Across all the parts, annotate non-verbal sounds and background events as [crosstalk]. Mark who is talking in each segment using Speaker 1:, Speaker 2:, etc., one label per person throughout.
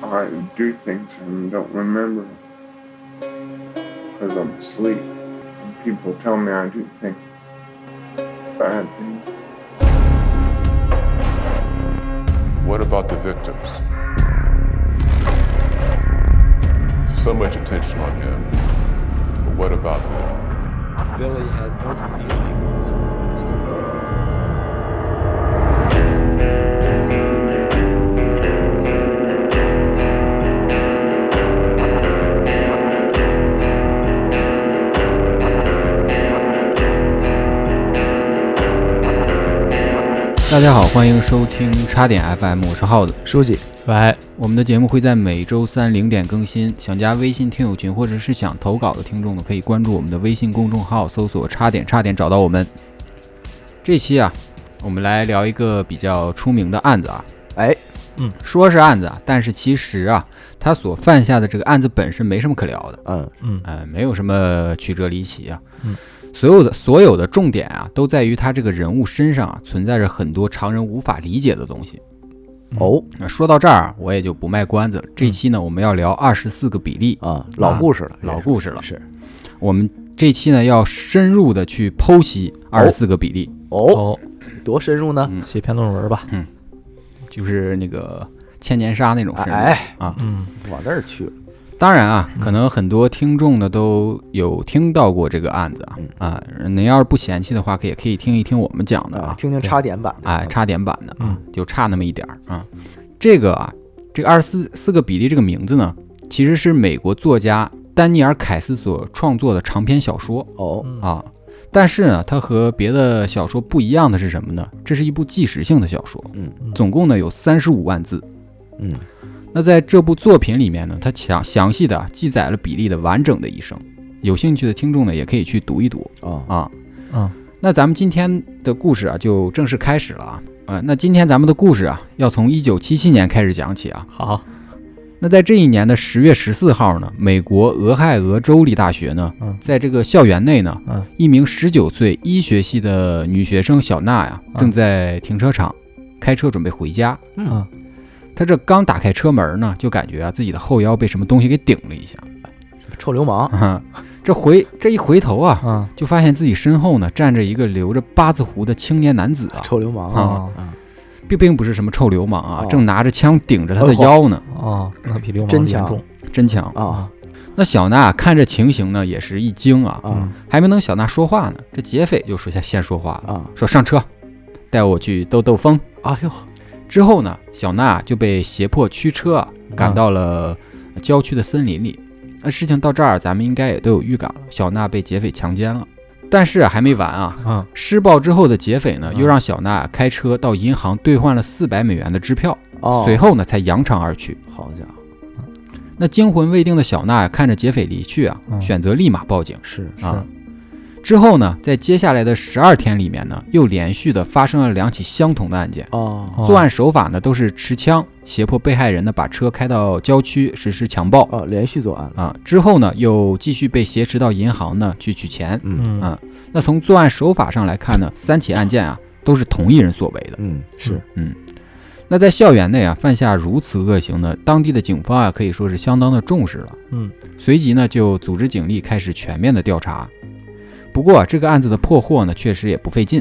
Speaker 1: try to do things and don't remember because I'm asleep. And people tell me I do things, bad things.
Speaker 2: What about the victims? So much attention on him, but what about them?
Speaker 3: Billy had no feelings for anyone.
Speaker 4: 大家好，欢迎收听叉点 FM，我是耗子。
Speaker 5: 书记，喂，
Speaker 4: 我们的节目会在每周三零点更新。想加微信听友群或者是想投稿的听众呢，可以关注我们的微信公众号，搜索“叉点叉点”找到我们。这期啊，我们来聊一个比较出名的案子啊。
Speaker 5: 哎，
Speaker 4: 嗯，说是案子啊，但是其实啊，他所犯下的这个案子本身没什么可聊的。
Speaker 5: 嗯，
Speaker 4: 呃，没有什么曲折离奇啊。
Speaker 3: 嗯，
Speaker 4: 所有的所有的重点啊，都在于他这个人物身上啊，存在着很多常人无法理解的东西。
Speaker 5: 哦
Speaker 4: 那说到这儿啊，我也就不卖关子了。这期呢，我们要聊二十四个比利，
Speaker 5: 嗯啊，老故事了，
Speaker 4: 老故事了。
Speaker 5: 是
Speaker 4: 我们这期呢，要深入的去剖析二十四个比利，
Speaker 5: 哦，嗯
Speaker 3: 哦，
Speaker 5: 多深入呢？
Speaker 3: 写篇论文吧。
Speaker 4: 就是那个千年杀那种深入。
Speaker 5: 哎，嗯
Speaker 4: 啊，
Speaker 3: 嗯，
Speaker 5: 往那儿去了，
Speaker 4: 当然啊，可能很多听众呢都有听到过这个案子啊
Speaker 5: 嗯
Speaker 4: 啊，您要是不嫌弃的话，可以可以听一听我们讲的
Speaker 5: 啊
Speaker 4: 啊，
Speaker 5: 听听插点版的，
Speaker 4: 哎，差点版的啊，
Speaker 3: 嗯
Speaker 4: 就差那么一点儿啊。这个啊，这个二十四四个比例这个名字呢，其实是美国作家丹尼尔·凯斯所创作的长篇小说
Speaker 5: 哦，
Speaker 4: 啊。但是呢，它和别的小说不一样的是什么呢？这是一部纪实性的小说，
Speaker 5: 嗯
Speaker 4: 总共呢有三十五万字。
Speaker 5: 嗯，
Speaker 4: 那在这部作品里面呢，它详详细的记载了比利的完整的一生。有兴趣的听众呢，也可以去读一读
Speaker 5: 哦，
Speaker 4: 啊。
Speaker 3: 嗯，
Speaker 4: 那咱们今天的故事啊，就正式开始了啊。呃，那今天咱们的故事啊，要从一九七七年开始讲起啊。
Speaker 3: 好，
Speaker 4: 那在这一年的十月十四号呢，美国俄亥俄州立大学呢
Speaker 3: 嗯，
Speaker 4: 在这个校园内呢
Speaker 3: 嗯，
Speaker 4: 一名十九岁医学系的女学生小娜呀，
Speaker 3: 嗯
Speaker 4: 正在停车场开车准备回家。
Speaker 3: 嗯
Speaker 4: 她这刚打开车门呢，就感觉啊自己的后腰被什么东西给顶了一下。
Speaker 5: 臭流氓，
Speaker 4: 啊， [laughs] 这回这一回头啊，
Speaker 3: 嗯，
Speaker 4: 就发现自己身后呢站着一个留着八字胡的青年男子啊。
Speaker 5: 臭流氓
Speaker 4: 啊
Speaker 5: 啊，
Speaker 4: 并并不是什么臭流氓啊
Speaker 5: 哦，
Speaker 4: 正拿着枪顶着他的腰呢，
Speaker 3: 哦，那比流氓
Speaker 5: 真
Speaker 3: 严
Speaker 5: 强
Speaker 3: 重。
Speaker 4: 真枪。
Speaker 5: 啊
Speaker 4: 那小娜看这情形呢，也是一惊啊，
Speaker 5: 啊
Speaker 4: 还没等小娜说话呢，这劫匪就说先先说话了，
Speaker 5: 啊，
Speaker 4: 说上车，带我去兜兜风。
Speaker 5: 哎呦，
Speaker 4: 之后呢，小娜就被胁迫驱车啊赶到了呃郊区的森林里。那事情到这儿，咱们应该也都有预感了，小娜被劫匪强奸了。但是啊，还没完啊，
Speaker 3: 嗯
Speaker 4: 施暴之后的劫匪呢，
Speaker 3: 嗯
Speaker 4: 又让小娜开车到银行兑换了四百美元的支票，
Speaker 5: 哦，
Speaker 4: 随后呢才扬长而去。
Speaker 5: 好家伙，
Speaker 4: 那惊魂未定的小娜看着劫匪离去啊，
Speaker 3: 嗯
Speaker 4: 选择立马报警
Speaker 5: 是
Speaker 4: 啊。之后呢，在接下来的十二天里面呢，又连续的发生了两起相同的案件，
Speaker 5: 哦，
Speaker 3: 哦
Speaker 4: 作案手法呢都是持枪胁迫被害人呢把车开到郊区实施强暴
Speaker 5: 哦，连续作案了，
Speaker 4: 啊。之后呢，又继续被挟持到银行呢去取钱。
Speaker 5: 嗯
Speaker 3: 嗯
Speaker 4: 啊那从作案手法上来看呢，三起案件啊都是同一人所为的。
Speaker 5: 嗯，是
Speaker 4: 那在校园内啊犯下如此恶行呢，当地的警方啊可以说是相当的重视了。
Speaker 3: 嗯
Speaker 4: 随即呢就组织警力开始全面的调查。不过、啊、这个案子的破获呢，确实也不费劲，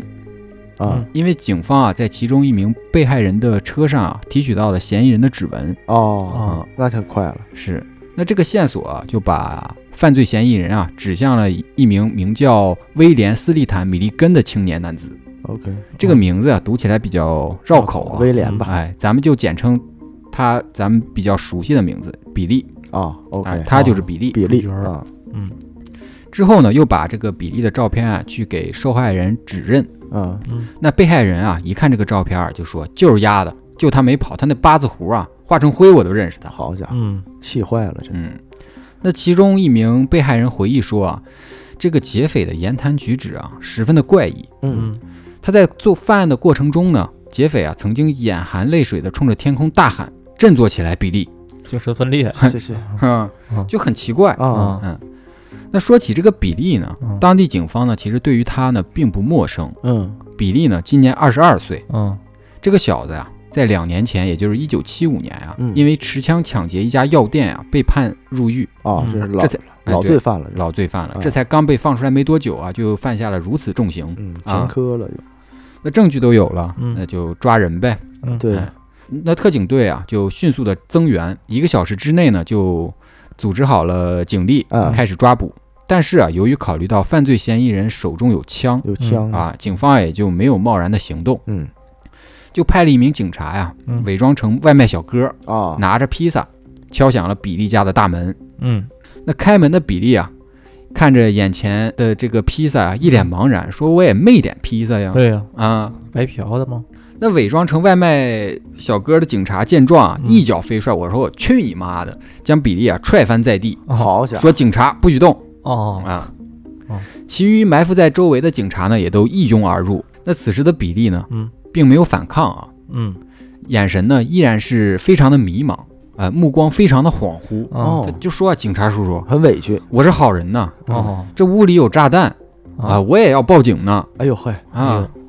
Speaker 5: 啊，
Speaker 4: 因为警方啊在其中一名被害人的车上啊提取到了嫌疑人的指纹
Speaker 5: 哦，
Speaker 3: 哦，
Speaker 5: 那太快了，
Speaker 4: 是。那这个线索啊，就把犯罪嫌疑人啊指向了一名名叫威廉·斯利坦·米利根的青年男子。
Speaker 5: ，OK，
Speaker 4: 这个名字啊，读起来比较绕口啊，
Speaker 5: 嗯威廉吧，
Speaker 4: 哎，咱们就简称他咱们比较熟悉的名字比利
Speaker 5: 啊
Speaker 4: 哎
Speaker 5: ，OK，
Speaker 4: 他就是比利。
Speaker 5: 比例
Speaker 3: 主角儿
Speaker 5: 啊，
Speaker 3: 嗯
Speaker 4: 之后呢，又把这个比利的照片啊去给受害人指认。
Speaker 5: 嗯，
Speaker 3: 嗯
Speaker 4: 那被害人啊一看这个照片啊，就说就是丫的，就他没跑，他那八字胡啊化成灰我都认识他。
Speaker 5: 好家伙，
Speaker 3: 嗯，
Speaker 5: 气坏了，这
Speaker 4: 嗯，那其中一名被害人回忆说啊，这个劫匪的言谈举止啊十分的怪异。
Speaker 5: 嗯，
Speaker 3: 嗯
Speaker 4: 他在做犯案的过程中呢，劫匪啊曾经眼含泪水的冲着天空大喊：“振作起来，比利
Speaker 3: 精神分
Speaker 5: [laughs]
Speaker 3: 裂。
Speaker 5: 谢谢！”
Speaker 4: 哼，就很奇怪。
Speaker 5: 啊，
Speaker 4: 嗯，那说起这个比利呢，当地警方呢其实对于他呢并不陌生。
Speaker 5: 嗯啊
Speaker 4: 比利呢，今年二十二岁。
Speaker 3: 嗯
Speaker 4: 这个小子呀、啊在两年前，也就是一九七五年啊，
Speaker 5: 嗯
Speaker 4: 因为持枪抢劫一家药店啊，被判入狱，
Speaker 5: 哦，这是老
Speaker 4: 这才哎
Speaker 5: 老
Speaker 4: 对
Speaker 5: 罪犯了，
Speaker 4: 老罪犯了
Speaker 6: 啊
Speaker 5: 哎。
Speaker 4: 这才刚被放出来没多久啊，就犯下了如此重刑。
Speaker 5: 嗯，
Speaker 4: 啊
Speaker 5: 前科了又，
Speaker 4: 那证据都有了，
Speaker 6: 嗯
Speaker 4: 那就抓人呗。
Speaker 5: 对，
Speaker 4: 那特警队啊，就迅速的增援，一个小时之内呢，就组织好了警力，
Speaker 6: 啊
Speaker 5: 嗯
Speaker 4: 开始抓捕。但是啊，由于考虑到犯罪嫌疑人手中有枪
Speaker 5: 有枪，
Speaker 6: 嗯
Speaker 4: 啊，警方也就没有贸然的行动，
Speaker 5: 嗯
Speaker 4: 就派了一名警察呀、
Speaker 6: 嗯
Speaker 4: 伪装成外卖小哥，
Speaker 6: 哦
Speaker 5: 啊，
Speaker 4: 拿着披萨，敲响了比利家的大门。
Speaker 6: 嗯
Speaker 4: 那开门的比利啊，看着眼前的这个披萨啊，一脸茫然，说：“我也没点披萨呀。
Speaker 6: 对呀，”
Speaker 4: 啊，
Speaker 6: 白嫖的吗？
Speaker 4: 那伪装成外卖小哥的警察见状啊，
Speaker 6: 嗯
Speaker 4: 一脚飞踹，我说我去你妈的，将比利啊踹翻在地，
Speaker 5: 好家伙，
Speaker 4: 说警察不许动
Speaker 6: 啊哦，
Speaker 4: 啊
Speaker 6: 哦。
Speaker 4: 其余埋伏在周围的警察呢，也都一拥而入。那此时的比利呢，
Speaker 6: 嗯
Speaker 4: 并没有反抗啊，
Speaker 6: 嗯
Speaker 4: 眼神呢依然是非常的迷茫，呃，目光非常的恍惚。
Speaker 6: 哦
Speaker 4: 他就说啊，警察叔叔，
Speaker 5: 很委屈，嗯
Speaker 4: 我是好人呐，
Speaker 6: 哦
Speaker 4: 这屋里有炸弹啊，我也要报警呢
Speaker 5: 哎呦嘿，
Speaker 4: 啊。
Speaker 6: 嗯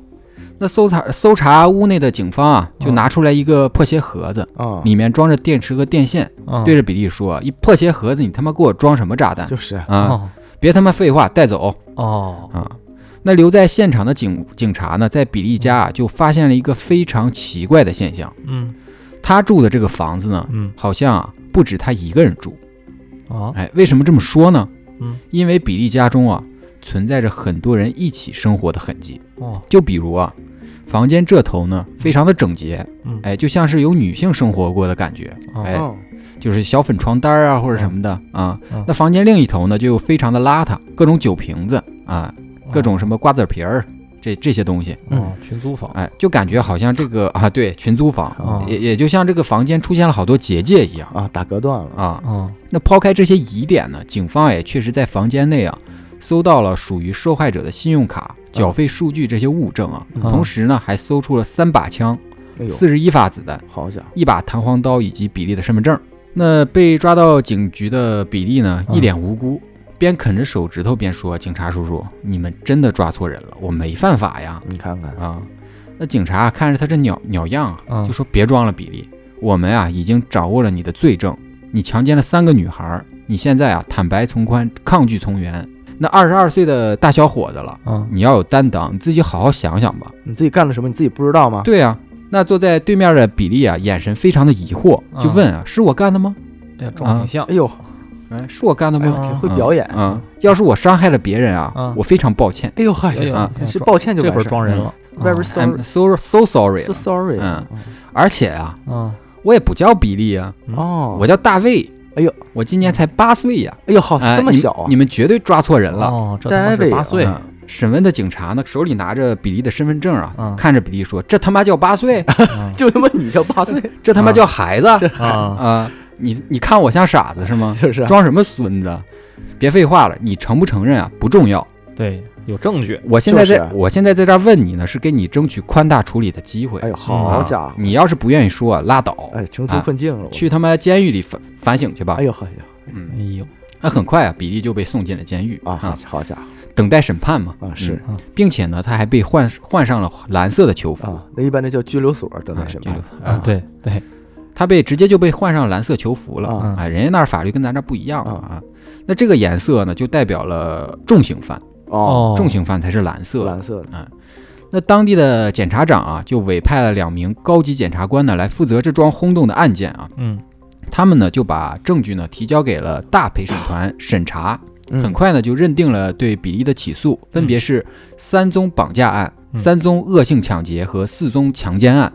Speaker 4: 那搜查搜查屋内的警方啊，就
Speaker 6: 哦
Speaker 4: 拿出来一个破鞋盒子，
Speaker 5: 啊，
Speaker 6: 嗯
Speaker 4: 里面装着电池和电线，
Speaker 6: 啊
Speaker 4: 对着比利说：“一破鞋盒子，你他妈给我装什么炸弹
Speaker 5: 就是
Speaker 4: 啊？
Speaker 6: 哦
Speaker 4: 别他妈废话，带走
Speaker 6: 哦
Speaker 4: 啊！”那留在现场的警警察呢，在比利家啊就发现了一个非常奇怪的现象，
Speaker 6: 嗯
Speaker 4: 他住的这个房子呢，
Speaker 6: 嗯
Speaker 4: 好像啊不止他一个人住。
Speaker 6: 啊
Speaker 4: 哎，为什么这么说呢？
Speaker 6: 嗯，
Speaker 4: 因为比利家中啊存在着很多人一起生活的痕迹，
Speaker 6: 哦
Speaker 4: 就比如啊。房间这头呢，非常的整洁，
Speaker 6: 嗯
Speaker 4: 哎，就像是有女性生活过的感觉，哎，
Speaker 5: 哦
Speaker 4: 就是小粉床单儿啊或者什么的啊
Speaker 6: 嗯。
Speaker 4: 那房间另一头呢，就非常的邋遢，各种酒瓶子啊，
Speaker 6: 嗯
Speaker 4: 各种什么瓜子皮儿，这这些东西，
Speaker 6: 哦群租房
Speaker 4: 哎，就感觉好像这个啊，对，群租房，
Speaker 6: 哦
Speaker 4: 嗯也也就像这个房间出现了好多结界一样
Speaker 5: 啊，打隔断了，
Speaker 4: 啊。
Speaker 6: 哦
Speaker 4: 那抛开这些疑点呢，警方也确实在房间内啊。搜到了属于受害者的信用卡、缴费数据这些物证啊，
Speaker 6: 嗯
Speaker 4: 同时呢还搜出了三把枪、
Speaker 5: 哎呦，
Speaker 4: 四十一发子弹、
Speaker 5: 好家伙，
Speaker 4: 一把弹簧刀以及比利的身份证。那被抓到警局的比利呢，
Speaker 6: 嗯
Speaker 4: 一脸无辜，边啃着手指头边说：“警察叔叔，你们真的抓错人了，我没犯法呀！”
Speaker 5: 你看看，
Speaker 4: 啊，那警察看着他这鸟鸟样啊，
Speaker 6: 嗯
Speaker 4: 就说：“别装了，比利，我们啊已经掌握了你的罪证，你强奸了三个女孩，你现在啊坦白从宽，抗拒从严。那二十二岁的大小伙子了，
Speaker 6: 啊
Speaker 4: 你要有担当，你自己好好想想吧。”
Speaker 5: 你自己干了什么，你自己不知道吗？
Speaker 4: 对啊，那坐在对面的比利啊，眼神非常的疑惑，就问啊：“是我干的吗？啊
Speaker 6: 哎呀撞挺像
Speaker 5: 哎呦，
Speaker 4: 哎，是我干的
Speaker 5: 哎
Speaker 4: 吗
Speaker 5: 呦，
Speaker 6: 啊
Speaker 5: 挺会表演，
Speaker 4: 嗯？”啊，要是我伤害了别人啊
Speaker 6: 啊，
Speaker 4: 我非常抱歉。
Speaker 5: 哎呦嗨
Speaker 6: 哎呦
Speaker 4: 啊
Speaker 6: 哎
Speaker 5: 是
Speaker 6: 撞
Speaker 5: 抱歉就
Speaker 6: 这
Speaker 5: 完
Speaker 6: 会儿
Speaker 5: 事儿
Speaker 6: 撞人了
Speaker 5: 外边
Speaker 4: 嗯 I'm
Speaker 5: sorry
Speaker 4: so so sorry
Speaker 5: so
Speaker 4: 了。
Speaker 5: sorry，
Speaker 4: 嗯而且啊，
Speaker 6: 啊
Speaker 4: 我也不叫比利啊，
Speaker 5: 哦，
Speaker 4: 我叫大卫。
Speaker 5: 哎呦，
Speaker 4: 我今年才八岁呀，
Speaker 5: 哎呦好
Speaker 4: 哎
Speaker 5: 这么
Speaker 4: 你们
Speaker 5: 小啊
Speaker 4: 你，们绝对抓错人了。
Speaker 6: 哦这他妈是八岁
Speaker 4: 嗯审问的警察呢，手里拿着比利的身份证啊
Speaker 6: 嗯，
Speaker 4: 看着比利说：“这他妈叫八岁，
Speaker 5: 就他妈你叫八岁，
Speaker 4: 这他妈
Speaker 6: 啊
Speaker 4: 叫孩子
Speaker 6: 啊
Speaker 4: 啊！你你看我像傻子是吗？
Speaker 5: 就是
Speaker 4: [laughs]
Speaker 5: 啊
Speaker 4: 装什么孙子？别废话了，你承不承认啊不重要，
Speaker 6: 对有证据
Speaker 4: 我现在在、
Speaker 5: 就是啊
Speaker 4: 我现在在这儿问你呢，是给你争取宽大处理的机会。
Speaker 5: 哎呦
Speaker 4: 啊
Speaker 5: 好家伙，
Speaker 4: 你要是不愿意说，拉倒，
Speaker 5: 哎穷途困境了，我
Speaker 4: 啊去他妈监狱里反反省去吧。
Speaker 5: 哎呦嘿呀
Speaker 6: 哎
Speaker 4: 嗯，
Speaker 6: 呦
Speaker 4: 那很快啊，比利就被送进了监狱
Speaker 5: 啊好好家伙
Speaker 4: 等待审判嘛。嗯
Speaker 5: 啊是
Speaker 4: 并且呢，他还被换换上了蓝色的囚服。
Speaker 5: 啊，那一般那叫拘留所等
Speaker 4: 哎
Speaker 5: 等什
Speaker 4: 这
Speaker 5: 么
Speaker 4: 个
Speaker 6: 啊对对
Speaker 4: 他被直接就被换上蓝色囚服了。
Speaker 5: 啊
Speaker 6: 嗯
Speaker 4: 哎，人家那儿法律跟咱这儿不一样
Speaker 5: 啊
Speaker 4: 啊。那这个颜色呢，就代表了重刑犯，
Speaker 5: 哦，
Speaker 4: 重刑犯才是蓝色的。
Speaker 5: 蓝色的
Speaker 4: 那当地的检察长啊，就委派了两名高级检察官呢来负责这桩轰动的案件啊。
Speaker 6: 嗯
Speaker 4: 他们呢就把证据呢提交给了大陪审团审查，
Speaker 5: 嗯
Speaker 4: 很快呢就认定了对比利的起诉，分别是三宗绑架案、
Speaker 6: 嗯
Speaker 4: 三宗恶性抢劫和四宗强奸案。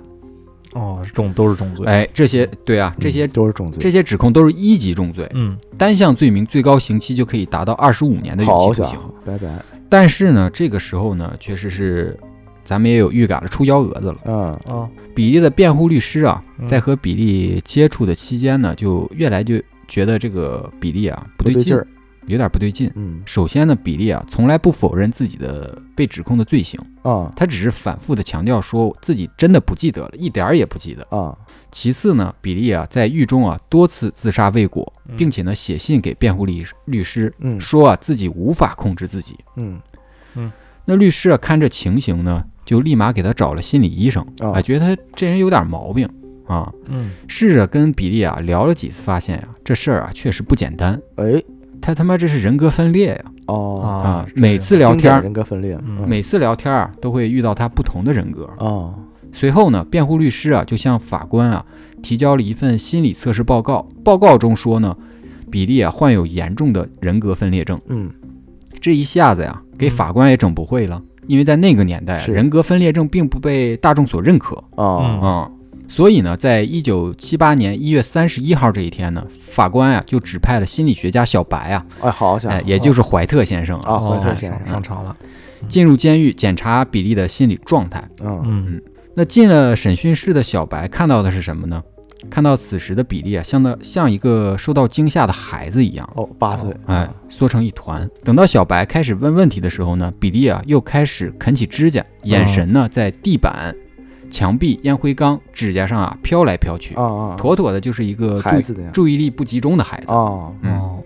Speaker 6: 哦重都是重罪
Speaker 4: 哎，这些对啊，这些、
Speaker 5: 嗯都是重罪，
Speaker 4: 这些指控都是一级重罪，
Speaker 6: 嗯
Speaker 4: 单项罪名最高刑期就可以达到二十五年的有
Speaker 5: 好
Speaker 4: 期
Speaker 5: 家
Speaker 4: 徒刑。
Speaker 5: 伙，拜拜，
Speaker 4: 但是呢，这个时候呢，确实是咱们也有预感了，出幺蛾子了。
Speaker 5: 嗯
Speaker 6: 啊
Speaker 4: 比利的辩护律师啊，
Speaker 6: 嗯
Speaker 4: 在和比利接触的期间呢，就越来就觉得这个比利啊不
Speaker 5: 不
Speaker 4: 对
Speaker 5: 劲
Speaker 4: 劲，
Speaker 5: 儿，
Speaker 4: 有点不对劲。
Speaker 5: 嗯
Speaker 4: 首先呢，比利啊从来不否认自己的被指控的罪行，
Speaker 5: 啊
Speaker 4: 他只是反复的强调说自己真的不记得了，一点儿也不记得。
Speaker 5: 啊
Speaker 4: 其次呢，比利啊在狱中啊多次自杀未果，
Speaker 6: 嗯
Speaker 4: 并且呢写信给辩护律律师，
Speaker 5: 嗯
Speaker 4: 说啊自己无法控制自己。
Speaker 5: 嗯
Speaker 4: 那律师啊看这情形呢，就立马给他找了心理医生，
Speaker 5: 哦
Speaker 4: 哎，觉得他这人有点毛病啊。
Speaker 6: 嗯，
Speaker 4: 试着跟比利啊聊了几次，发现呀、这事儿啊确实不简单，
Speaker 5: 哎，
Speaker 4: 他他妈这是人格分裂呀
Speaker 5: 哦，
Speaker 4: 啊
Speaker 6: 啊，
Speaker 4: 每次聊
Speaker 5: 经典
Speaker 4: 天儿，
Speaker 5: 人格分裂，
Speaker 6: 嗯
Speaker 4: 每次聊天儿啊都会遇到他不同的人格。
Speaker 5: 哦，
Speaker 4: 随后呢，辩护律师啊就向法官啊提交了一份心理测试报告，报告中说呢，比利啊患有严重的人格分裂症。
Speaker 5: 嗯，
Speaker 4: 这一下子呀，给
Speaker 6: 嗯
Speaker 4: 法官也整不会了，因为在那个年代啊，
Speaker 5: 是
Speaker 4: 人格分裂症并不被大众所认可
Speaker 5: 哦，
Speaker 4: 啊、所以呢，在一九七八年一月三十一号这一天呢，法官啊就指派了心理学家小白啊，
Speaker 5: 哎，好家伙，
Speaker 4: 哎，也就是怀特先生啊，
Speaker 5: 啊，怀特
Speaker 6: 哦
Speaker 5: 先
Speaker 6: 上
Speaker 5: 生
Speaker 6: 上，场了，
Speaker 4: 进入监狱检查比利的心理状态。
Speaker 5: 嗯，
Speaker 6: 嗯
Speaker 4: 那进了审讯室的小白看到的是什么呢？看到此时的比利啊，像那像一个受到惊吓的孩子一样，
Speaker 5: 哦，八岁，
Speaker 4: 哎，缩成一团。等到小白开始问问题的时候呢，比利啊又开始啃起指甲，眼神
Speaker 5: 嗯
Speaker 4: 呢在地板、墙壁、烟灰缸、指甲上啊飘来飘去，
Speaker 5: 啊啊，
Speaker 4: 妥妥的就是一个呃注
Speaker 5: 孩
Speaker 4: 意
Speaker 5: 子那样，
Speaker 4: 注意力不集中的孩子。
Speaker 5: 哦，
Speaker 4: 嗯，
Speaker 6: 哦，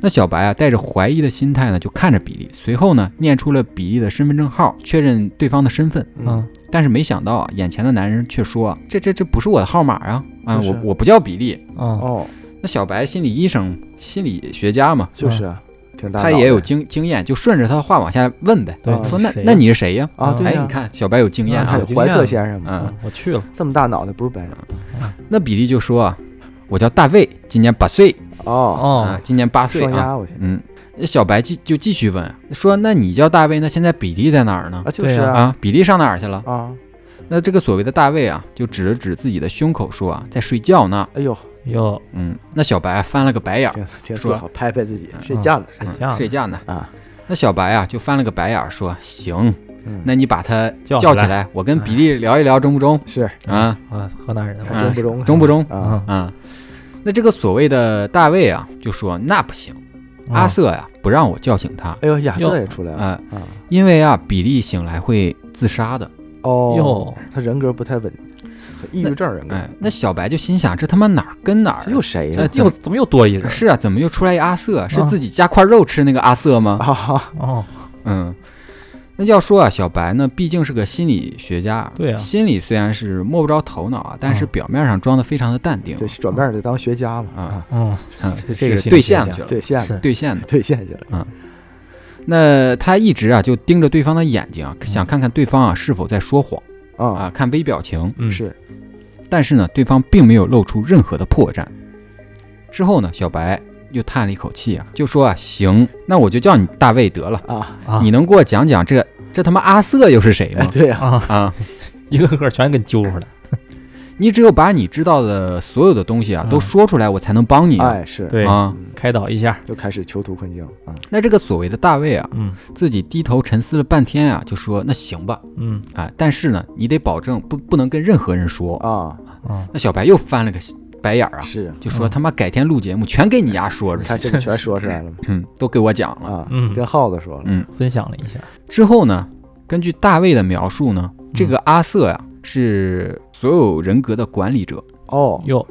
Speaker 4: 那小白啊带着怀疑的心态呢，就看着比利，随后呢念出了比利的身份证号，确认对方的身份。
Speaker 5: 嗯
Speaker 6: 嗯
Speaker 4: 但是没想到啊，眼前的男人却说啊：“这这这不是我的号码啊！啊，
Speaker 5: 不是
Speaker 4: 我我不叫比利。
Speaker 6: 哦，
Speaker 5: 哦，”
Speaker 4: 那小白心理医生、心理学家嘛，
Speaker 5: 就是啊挺大脑
Speaker 4: 嗯他
Speaker 5: 的，
Speaker 4: 也有经经验，就顺着他的话往下问呗。
Speaker 6: 对
Speaker 5: 啊，
Speaker 4: 说那
Speaker 6: 谁呀
Speaker 4: 那你是谁呀？
Speaker 5: 啊，对
Speaker 4: 哎，
Speaker 5: 呀
Speaker 4: 你，看小白有经验
Speaker 5: 他
Speaker 4: 啊
Speaker 5: 有
Speaker 6: 经
Speaker 5: 怀
Speaker 6: 验
Speaker 5: 特
Speaker 6: 了
Speaker 5: 先生嘛，
Speaker 4: 嗯，
Speaker 6: 我去了，
Speaker 5: 这么大脑袋不是白人
Speaker 4: 那比利就说啊，我叫大卫，今年八岁
Speaker 5: 哦，
Speaker 4: 啊
Speaker 6: 哦，，
Speaker 4: 今年八岁
Speaker 5: 双
Speaker 4: 啊。
Speaker 5: 鸭，我去
Speaker 4: 嗯，那小白继就继续问说，那你叫大卫，那现在比利在哪儿呢？
Speaker 5: 啊，就
Speaker 6: 对
Speaker 5: 是
Speaker 6: 呀
Speaker 4: 啊，比利上哪儿去了？
Speaker 5: 啊，
Speaker 4: 那这个所谓的大卫啊，就指了指自己的胸口说啊，在睡觉呢。
Speaker 5: 哎呦，
Speaker 6: 哟，
Speaker 4: 嗯，那小白翻了个白眼儿，
Speaker 5: 挺挺
Speaker 4: 说
Speaker 5: 自豪，拍拍自己，睡
Speaker 6: 嗯
Speaker 5: 觉呢
Speaker 6: 睡
Speaker 4: 嗯
Speaker 6: 觉呢
Speaker 4: 睡觉呢。
Speaker 5: 啊，
Speaker 4: 那小白啊就翻了个白眼儿说，行，
Speaker 5: 嗯
Speaker 4: 那你把他
Speaker 6: 叫
Speaker 4: 叫
Speaker 6: 起
Speaker 4: 起
Speaker 6: 来
Speaker 4: 来，我跟比利聊一聊，中不中？
Speaker 5: 是
Speaker 4: 啊，
Speaker 6: 啊，河南人
Speaker 4: 啊
Speaker 6: 嘛，
Speaker 5: 中不中
Speaker 4: 中不中？
Speaker 5: 啊，
Speaker 4: 啊，那这个所谓的大卫啊，就说那不行，阿瑟呀、不让我叫醒他，
Speaker 5: 哎呦，亚瑟
Speaker 6: 哟
Speaker 5: 也出来了
Speaker 4: 啊，
Speaker 5: 啊，
Speaker 4: 因为啊比利醒来会自杀的。
Speaker 5: 哦
Speaker 6: 哟，
Speaker 5: 他人格不太稳，抑郁症人格，
Speaker 4: 哎，那小白就心想，这他妈哪儿跟哪儿
Speaker 5: 这
Speaker 4: 啊？
Speaker 5: 又嗯谁
Speaker 4: 这
Speaker 5: 呀？
Speaker 4: 怎
Speaker 6: 又
Speaker 4: 么
Speaker 6: 怎么又多一人？
Speaker 4: 是啊，怎么又出来一阿瑟？是
Speaker 6: 啊
Speaker 4: 自己加块肉吃那个阿瑟吗？
Speaker 5: 啊，
Speaker 6: [laughs] 哦，
Speaker 4: 嗯，那要说啊，小白呢，毕竟是个心理学家啊，
Speaker 6: 对啊
Speaker 4: 心里虽然是摸不着头脑啊，但是
Speaker 6: 嗯
Speaker 4: 表面上装的非常的淡定
Speaker 5: 就，转面得当学家嘛
Speaker 4: 啊
Speaker 5: 啊，
Speaker 6: 嗯，
Speaker 4: 嗯，
Speaker 6: 这这个
Speaker 4: 是
Speaker 6: 心理
Speaker 4: 兑
Speaker 6: 学
Speaker 4: 现
Speaker 6: 家
Speaker 4: 去了，
Speaker 5: 兑现
Speaker 6: 是
Speaker 4: 兑现的。
Speaker 5: 兑现去了，
Speaker 4: 那他一直啊就盯着对方的眼睛啊，想看看对方啊是否在说谎
Speaker 5: 啊，
Speaker 4: 啊，看微表情。
Speaker 6: 嗯
Speaker 5: 是
Speaker 4: 但是呢，对方并没有露出任何的破绽。之后呢，小白又叹了一口气啊，就说啊，行，那我就叫你大卫得了。
Speaker 5: 啊，
Speaker 6: 啊，
Speaker 4: 你能给我讲讲这这他妈阿瑟又是谁
Speaker 5: 哎
Speaker 4: 吗？
Speaker 5: 对呀，
Speaker 6: 啊，
Speaker 4: 啊，
Speaker 6: 一个个全给你揪出来，
Speaker 4: 你只有把你知道的所有的东西啊
Speaker 6: 嗯
Speaker 4: 都说出来，我才能帮你啊。
Speaker 5: 哎是，
Speaker 6: [laughs] 对，嗯
Speaker 4: 啊，
Speaker 6: 开导一下，
Speaker 5: 又开始囚徒困境啊，
Speaker 4: 那这个所谓的大卫啊，
Speaker 6: 嗯
Speaker 4: 自己低头沉思了半天啊，就说那行吧，
Speaker 6: 嗯
Speaker 4: 啊，但是呢，你得保证不不能跟任何人说。
Speaker 5: 啊，
Speaker 6: 啊，
Speaker 4: 那小白又翻了个白眼儿啊，
Speaker 5: 是，
Speaker 4: 就说
Speaker 6: 嗯
Speaker 4: 他妈改天录节目全给你丫说
Speaker 5: 你
Speaker 4: 出
Speaker 5: 看
Speaker 4: 去，
Speaker 5: 这个全说出来了嘛，
Speaker 4: 嗯， [clears throat] 都给我讲了。
Speaker 5: 啊，
Speaker 6: 嗯
Speaker 5: 跟耗子说了，
Speaker 4: 嗯，
Speaker 6: 分享了一下，
Speaker 4: 之后呢，根据大卫的描述呢，
Speaker 5: 嗯
Speaker 4: 这个阿瑟呀、是所有人格的管理者，
Speaker 5: 哦，
Speaker 6: 哟，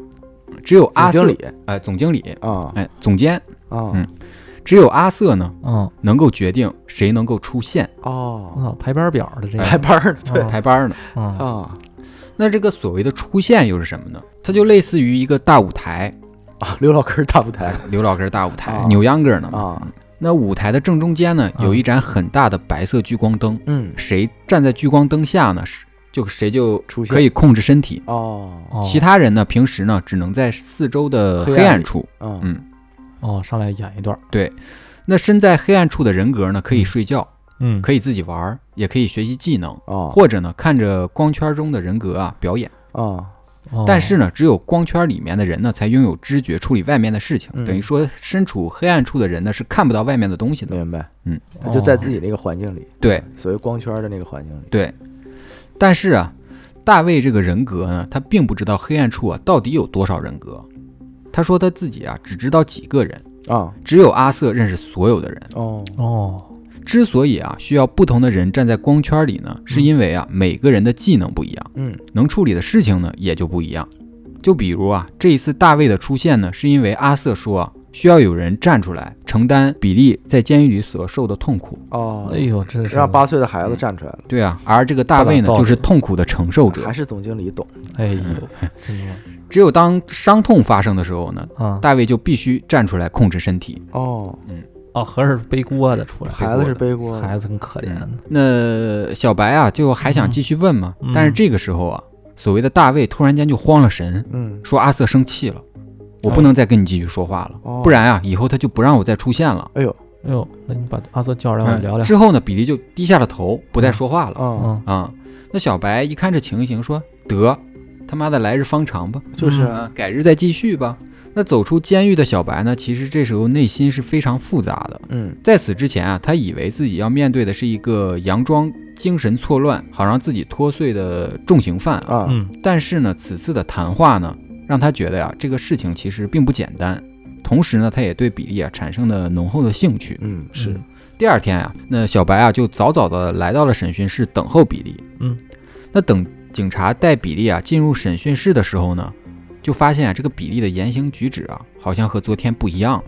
Speaker 4: 只有阿
Speaker 5: 总经
Speaker 4: 瑟
Speaker 5: 理
Speaker 4: 哎总经理
Speaker 5: 啊
Speaker 4: 哎总监，
Speaker 5: 啊
Speaker 4: 嗯只有阿瑟呢
Speaker 6: 嗯，
Speaker 4: 能够决定谁能够出现
Speaker 6: 我
Speaker 5: 哦，
Speaker 6: 操，排班表的这个
Speaker 5: 排班儿呢，哎对
Speaker 6: 啊
Speaker 4: 排班呢。
Speaker 6: 啊，
Speaker 5: 啊，
Speaker 4: 那这个所谓的出现又是什么呢？它就类似于一个大舞台，
Speaker 5: 啊，刘老根儿大舞台
Speaker 4: 哎，刘老根儿大舞台
Speaker 5: 啊，
Speaker 4: 扭秧歌呢嘛。
Speaker 5: 啊，
Speaker 4: 那舞台的正中间呢，
Speaker 6: 啊
Speaker 4: 有一盏很大的白色聚光灯，
Speaker 5: 嗯，
Speaker 4: 谁站在聚光灯下呢，是就谁就
Speaker 5: 出现
Speaker 4: 可以控制身体。
Speaker 5: 哦，
Speaker 6: 哦
Speaker 4: 其他人呢，平时呢只能在四周的
Speaker 5: 黑
Speaker 4: 黑
Speaker 5: 暗
Speaker 4: 暗
Speaker 5: 里
Speaker 4: 处。
Speaker 5: 啊
Speaker 4: 嗯
Speaker 6: 哦，上来演一段，
Speaker 4: 那身在黑暗处的人格呢，可以睡觉，
Speaker 6: 嗯，
Speaker 4: 可以自己玩儿，也可以学习技能，
Speaker 5: 啊
Speaker 4: 或者呢看着光圈中的人格啊表演。
Speaker 5: 啊，
Speaker 6: 哦
Speaker 4: 但是呢，只有光圈里面的人呢，才拥有知觉处理外面的事情。
Speaker 5: 嗯
Speaker 4: 等于说，身处黑暗处的人呢，是看不到外面的东西的。
Speaker 5: 明白，
Speaker 4: 嗯，
Speaker 6: 哦
Speaker 5: 他就在自己那个环境里，
Speaker 4: 对
Speaker 5: 所谓光圈的那个环境里，
Speaker 4: 对。但是啊，大卫这个人格呢，他并不知道黑暗处啊到底有多少人格。他说他自己啊，只知道几个人，
Speaker 5: 啊，
Speaker 4: 只有阿瑟认识所有的人。
Speaker 5: 哦，
Speaker 6: 哦，
Speaker 4: 之所以啊需要不同的人站在光圈里呢，
Speaker 6: 嗯
Speaker 4: 是因为啊每个人的技能不一样，
Speaker 5: 嗯，
Speaker 4: 能处理的事情呢也就不一样。就比如啊，这一次大卫的出现呢，是因为阿瑟说啊，需要有人站出来承担比利在监狱里所受的痛苦。
Speaker 5: 哦
Speaker 6: 哎，呦，真是
Speaker 5: 让八岁的孩子站出来了，
Speaker 4: 对啊，而这个大卫呢，
Speaker 6: 大道
Speaker 4: 就是痛苦的承受者
Speaker 5: 还。是总经理懂。
Speaker 6: 哎呦，真牛
Speaker 4: 只有当伤痛发生的时候呢，
Speaker 6: 啊！
Speaker 4: 大卫就必须站出来控制身体。
Speaker 5: 哦，
Speaker 6: 哦，合着是背锅的出来，
Speaker 5: 孩子是背锅的，
Speaker 6: 孩子很可怜的，
Speaker 4: 那小白啊，就还想继续问嘛，
Speaker 6: 嗯
Speaker 4: 但是这个时候啊，所谓的大卫突然间就慌了神，
Speaker 5: 嗯，
Speaker 4: 说阿瑟生气了，我不能再跟你继续说话了，
Speaker 5: 哦
Speaker 4: 不，然啊，以后他就不让我再出现了。
Speaker 5: 哎呦，
Speaker 6: 哎呦，那你把阿瑟叫来，我们聊
Speaker 4: 嗯
Speaker 6: 聊。
Speaker 4: 之后呢，比利就低下了头，不再说话了。
Speaker 5: 哦，
Speaker 6: 嗯，
Speaker 4: 啊、那小白一看这情形，说得他妈的来日方长吧，
Speaker 5: 就是
Speaker 6: 嗯
Speaker 4: 啊，改日再继续吧。那走出监狱的小白呢，其实这时候内心是非常复杂的。
Speaker 5: 嗯，
Speaker 4: 在此之前啊，他以为自己要面对的是一个佯装精神错乱，好让自己脱罪的重刑犯啊。
Speaker 5: 啊，
Speaker 6: 嗯，
Speaker 4: 但是呢，此次的谈话呢，让他觉得呀、这个事情其实并不简单。同时呢，他也对比利啊产生了浓厚的兴趣。
Speaker 5: 嗯，是，
Speaker 4: 第二天啊，那小白啊就早早的来到了审讯室等候比利。
Speaker 6: 嗯，
Speaker 4: 那等警察带比利啊进入审讯室的时候呢，就发现啊这个比利的言行举止啊好像和昨天不一样了。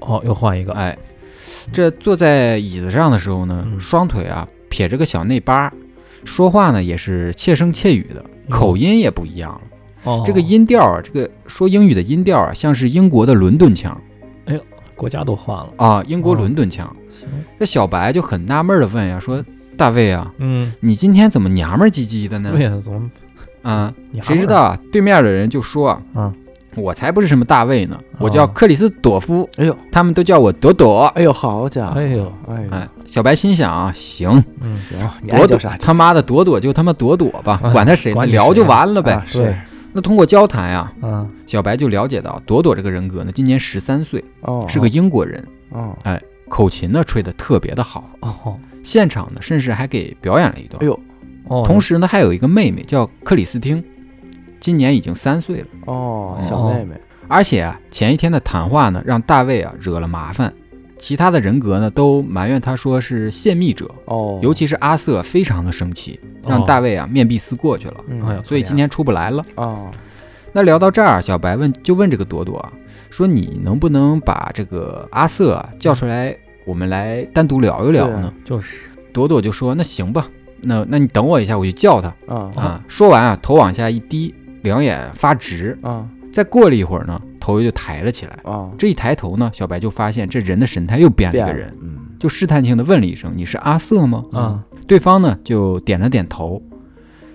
Speaker 6: 哦，又换一个，
Speaker 4: 哎，这坐在椅子上的时候呢，
Speaker 6: 嗯
Speaker 4: 双腿啊撇着个小内八，说话呢也是窃声窃语的，
Speaker 6: 嗯
Speaker 4: 口音也不一样了。
Speaker 6: 哦，
Speaker 4: 这个音调啊，这个说英语的音调啊，像是英国的伦敦腔
Speaker 6: 国家都换了，
Speaker 4: 啊，英国
Speaker 6: 哦
Speaker 4: 伦敦腔。
Speaker 6: 行，
Speaker 4: 这小白就很纳闷的问呀、说大卫啊。
Speaker 6: 嗯，
Speaker 4: 你今天怎么娘们儿唧唧的呢？
Speaker 6: 对呀，怎么
Speaker 4: 啊，
Speaker 6: 你还
Speaker 4: 谁知道啊？对面的人就说啊，
Speaker 6: 嗯
Speaker 4: 我才不是什么大卫呢，我叫
Speaker 6: 哦
Speaker 4: 克里斯朵夫，
Speaker 5: 哎呦，
Speaker 4: 他们都叫我朵朵。
Speaker 5: 哎呦，好家伙，
Speaker 6: 哎呦，
Speaker 5: 哎呦，
Speaker 4: 哎，小白心想啊，行，
Speaker 6: 嗯，
Speaker 5: 行，你爱
Speaker 4: 朵
Speaker 5: 叫
Speaker 4: 朵
Speaker 5: 啥叫
Speaker 4: 他妈的朵朵就他妈朵朵吧，
Speaker 6: 嗯
Speaker 4: 管他谁呢，
Speaker 6: 管你
Speaker 4: 聊就
Speaker 6: 谁
Speaker 4: 完了呗
Speaker 5: 啊。
Speaker 6: 对
Speaker 5: 是，
Speaker 4: 那通过交谈呀，
Speaker 6: 啊，
Speaker 4: 小白就了解到朵朵这个人格呢，今年十三岁，
Speaker 5: 哦，
Speaker 4: 是个英国人，
Speaker 5: 哦，
Speaker 4: 口琴呢吹得特别的好，
Speaker 6: 哦
Speaker 4: 现场呢甚至还给表演了一段
Speaker 5: 哎。呦，
Speaker 6: 哦，
Speaker 4: 同时呢，还有一个妹妹叫克里斯汀，今年已经三岁了。
Speaker 5: 哦，小妹妹，
Speaker 4: 而且啊，前一天的谈话呢，让大卫啊惹了麻烦，其他的人格呢都埋怨他说是泄密者，
Speaker 5: 哦，
Speaker 4: 尤其是阿瑟非常的生气，让
Speaker 6: 哦
Speaker 4: 大卫啊面壁思过去了，
Speaker 5: 嗯，
Speaker 6: 哎呦
Speaker 4: 所以今天出不来了。
Speaker 5: 哦，
Speaker 4: 那聊到这儿，小白问就问这个朵朵啊，说你能不能把这个阿瑟啊叫出来，我们来单独聊一聊
Speaker 5: 对
Speaker 4: 呢
Speaker 5: 啊？
Speaker 6: 就是
Speaker 4: 朵朵就说那行吧，那那你等我一下，我去叫他
Speaker 5: 啊
Speaker 4: 啊。说完啊，头往下一低，两眼发直。
Speaker 5: 啊
Speaker 4: 再过了一会儿呢，头就抬了起来。
Speaker 5: 啊，
Speaker 4: 这一抬头呢，小白就发现这人的神态又变了一
Speaker 5: 变
Speaker 4: 个
Speaker 5: 了
Speaker 4: 人，，
Speaker 5: 嗯，
Speaker 4: 就试探性的问了一声：“你是阿瑟吗？”
Speaker 6: 啊，
Speaker 4: 对方呢就点了点头。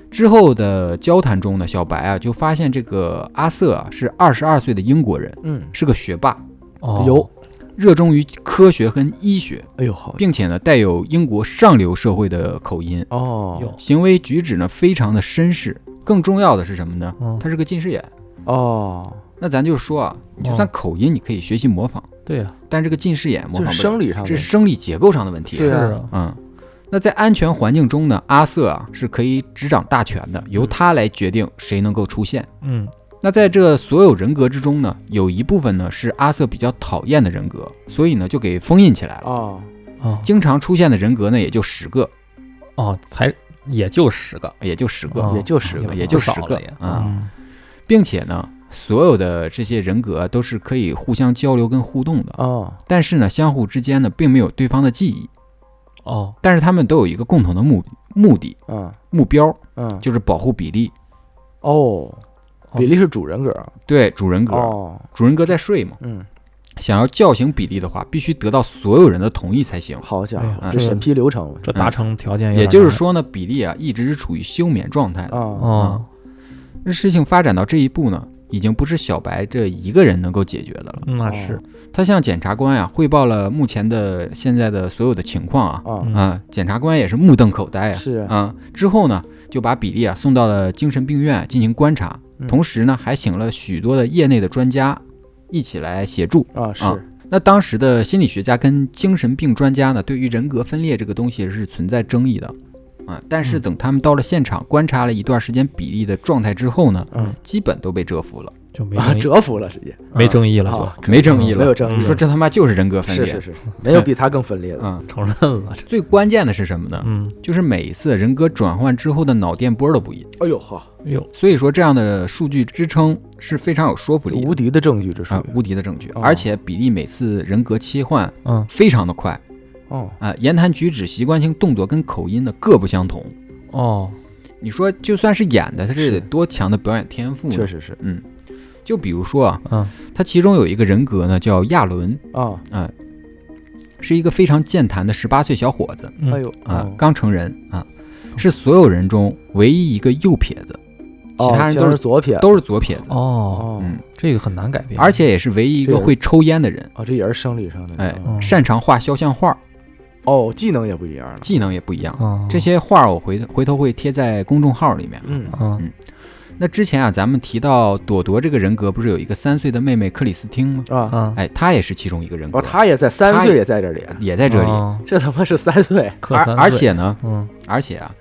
Speaker 4: 之后的交谈中呢，小白啊就发现这个阿瑟啊是二十二岁的英国人，
Speaker 5: 嗯，
Speaker 4: 是个学霸，
Speaker 6: 哦，
Speaker 5: 有，
Speaker 4: 热衷于科学跟医学，
Speaker 5: 哎呦，好，
Speaker 4: 并且呢带有英国上流社会的口音，
Speaker 5: 哦，
Speaker 6: 有，
Speaker 4: 行为举止呢非常的绅士。更重要的是什么呢？
Speaker 6: 嗯，
Speaker 4: 他是个近视眼。
Speaker 5: 哦，
Speaker 4: 那咱就说啊，你就
Speaker 6: 哦
Speaker 4: 算口音你可以学习模仿，
Speaker 6: 对呀，
Speaker 4: 但这个近视眼模
Speaker 5: 就
Speaker 4: 仿
Speaker 5: 是
Speaker 4: 不了。
Speaker 5: 生理上的
Speaker 4: 这是，生理结构上的问题。
Speaker 5: 对
Speaker 6: 是
Speaker 5: 啊
Speaker 6: 啊，
Speaker 4: 嗯，那在安全环境中呢，阿瑟啊是可以执掌大权
Speaker 5: 嗯
Speaker 4: 的，由他来决定谁能够出现。
Speaker 6: 嗯，
Speaker 4: 那在这所有人格之中呢，有一部分呢是阿瑟比较讨厌的人格，所以呢就给封印起来了。
Speaker 5: 哦，
Speaker 6: 哦
Speaker 4: 经常出现的人格呢也就十个，
Speaker 6: 哦，才也就十个，
Speaker 4: 也就十个，
Speaker 6: 哦
Speaker 5: 也就十
Speaker 4: 也
Speaker 5: 个，
Speaker 4: 也就十
Speaker 6: 少
Speaker 4: 个
Speaker 6: 了也
Speaker 4: 啊
Speaker 6: 嗯
Speaker 4: 并且呢，所有的这些人格啊都是可以互相交流跟互动的，
Speaker 5: 哦，
Speaker 4: 但是呢，相互之间呢并没有对方的记忆，
Speaker 6: 哦，
Speaker 4: 但是他们都有一个共同的目目的
Speaker 5: 嗯
Speaker 4: 目标，
Speaker 5: 嗯，
Speaker 4: 就是保护比利。
Speaker 5: 哦，比利是主人格，
Speaker 4: 对主人格，
Speaker 5: 哦，
Speaker 4: 主人格在睡嘛，
Speaker 5: 嗯，
Speaker 4: 想要叫醒比利的话，必须得到所有人的同意才行。
Speaker 5: 好家
Speaker 6: 哎呀
Speaker 5: 伙，
Speaker 6: 这
Speaker 5: 这审批流程
Speaker 6: 这达成条件有
Speaker 4: 嗯
Speaker 6: 点
Speaker 4: 也就是
Speaker 6: 难，
Speaker 4: 说呢，比利啊一直是处于休眠状态的。
Speaker 5: 啊，
Speaker 6: 哦，
Speaker 4: 那事情发展到这一步呢，已经不是小白这一个人能够解决的了。
Speaker 6: 那是，
Speaker 4: 他向检察官呀、啊汇报了目前的现在的所有的情况啊，
Speaker 5: 啊，
Speaker 6: 嗯
Speaker 4: 啊，检察官也是目瞪口呆啊。
Speaker 5: 是啊，
Speaker 4: 啊，之后呢，就把比利啊送到了精神病院进行观察，
Speaker 5: 嗯
Speaker 4: 同时呢，还请了许多的业内的专家一起来协助。
Speaker 5: 啊是，
Speaker 4: 那当时的心理学家跟精神病专家呢，对于人格分裂这个东西是存在争议的，啊，但
Speaker 5: 嗯
Speaker 4: 是等他们到了现场观察了一段时间比利的状态之后呢，
Speaker 5: 嗯
Speaker 4: 基本都被折服了。
Speaker 6: 就没
Speaker 5: 啊，
Speaker 6: 争议
Speaker 5: 折服了直接，
Speaker 4: 嗯
Speaker 6: 没争议了，
Speaker 5: 啊
Speaker 6: 就
Speaker 4: 没争议
Speaker 5: 没有
Speaker 4: 了。
Speaker 5: 争议
Speaker 4: 你，说这他妈就是人格分
Speaker 5: 是
Speaker 4: 裂，
Speaker 5: 是是，没有比他更分裂的。
Speaker 4: 嗯，
Speaker 6: 承认了。这
Speaker 4: 最关键的是什么呢？
Speaker 6: 嗯，
Speaker 4: 就是每一次人格转换之后的脑电波都不一样，
Speaker 5: 哎呦呵，
Speaker 6: 哟，
Speaker 4: 所以说这样的数据支撑是非常有说服力的
Speaker 5: 无敌的证据，这属
Speaker 4: 啊、
Speaker 5: 于
Speaker 4: 无敌的证据。
Speaker 5: 哦
Speaker 4: 而且比利每次人格切换
Speaker 6: 嗯，
Speaker 4: 非常的快
Speaker 5: 哦
Speaker 4: 啊、言谈举止、习惯性动作跟口音的各不相同。
Speaker 6: 哦，
Speaker 4: 你说就算是演的，他这
Speaker 5: 是
Speaker 4: 得多强的表演天赋呢？
Speaker 5: 确，实是
Speaker 4: 嗯，就比如说啊，
Speaker 6: 嗯，
Speaker 4: 他其中有一个人格呢叫亚伦，
Speaker 5: 啊，
Speaker 4: 是一个非常健谈的十八岁小伙子
Speaker 6: 嗯
Speaker 5: 哎呦
Speaker 4: 啊、
Speaker 5: 哦
Speaker 4: 刚成人啊，是所有人中唯一一个右撇子，其
Speaker 5: 哦
Speaker 4: 他人都是、
Speaker 5: 左撇，
Speaker 4: 都是左撇子，
Speaker 6: 哦，
Speaker 5: 哦
Speaker 4: 嗯，
Speaker 6: 这个很难改变，
Speaker 4: 而且也是唯一一个会抽烟的人，
Speaker 5: 哦，这也是生理上的，
Speaker 4: 哎
Speaker 5: 嗯
Speaker 4: 擅长画肖像画，
Speaker 5: 哦，技能也不一样了，
Speaker 4: 技能也不一样。
Speaker 6: 哦
Speaker 4: 这些画我回回头会贴在公众号里面。
Speaker 5: 嗯
Speaker 6: 嗯
Speaker 4: 那之前啊，咱们提到朵朵这个人格，不是有一个三岁的妹妹克里斯汀吗？
Speaker 5: 啊，
Speaker 6: 啊，
Speaker 4: 哎，她也是其中一个人格，
Speaker 5: 哦，他也在三
Speaker 4: 他
Speaker 5: 岁
Speaker 4: 也
Speaker 5: 也在这里啊，
Speaker 4: 也在这里。
Speaker 6: 哦
Speaker 5: 这他妈是三岁
Speaker 6: 克
Speaker 4: 而
Speaker 6: 三
Speaker 4: 而
Speaker 6: 岁
Speaker 4: 且呢，
Speaker 6: 嗯
Speaker 4: 而且啊，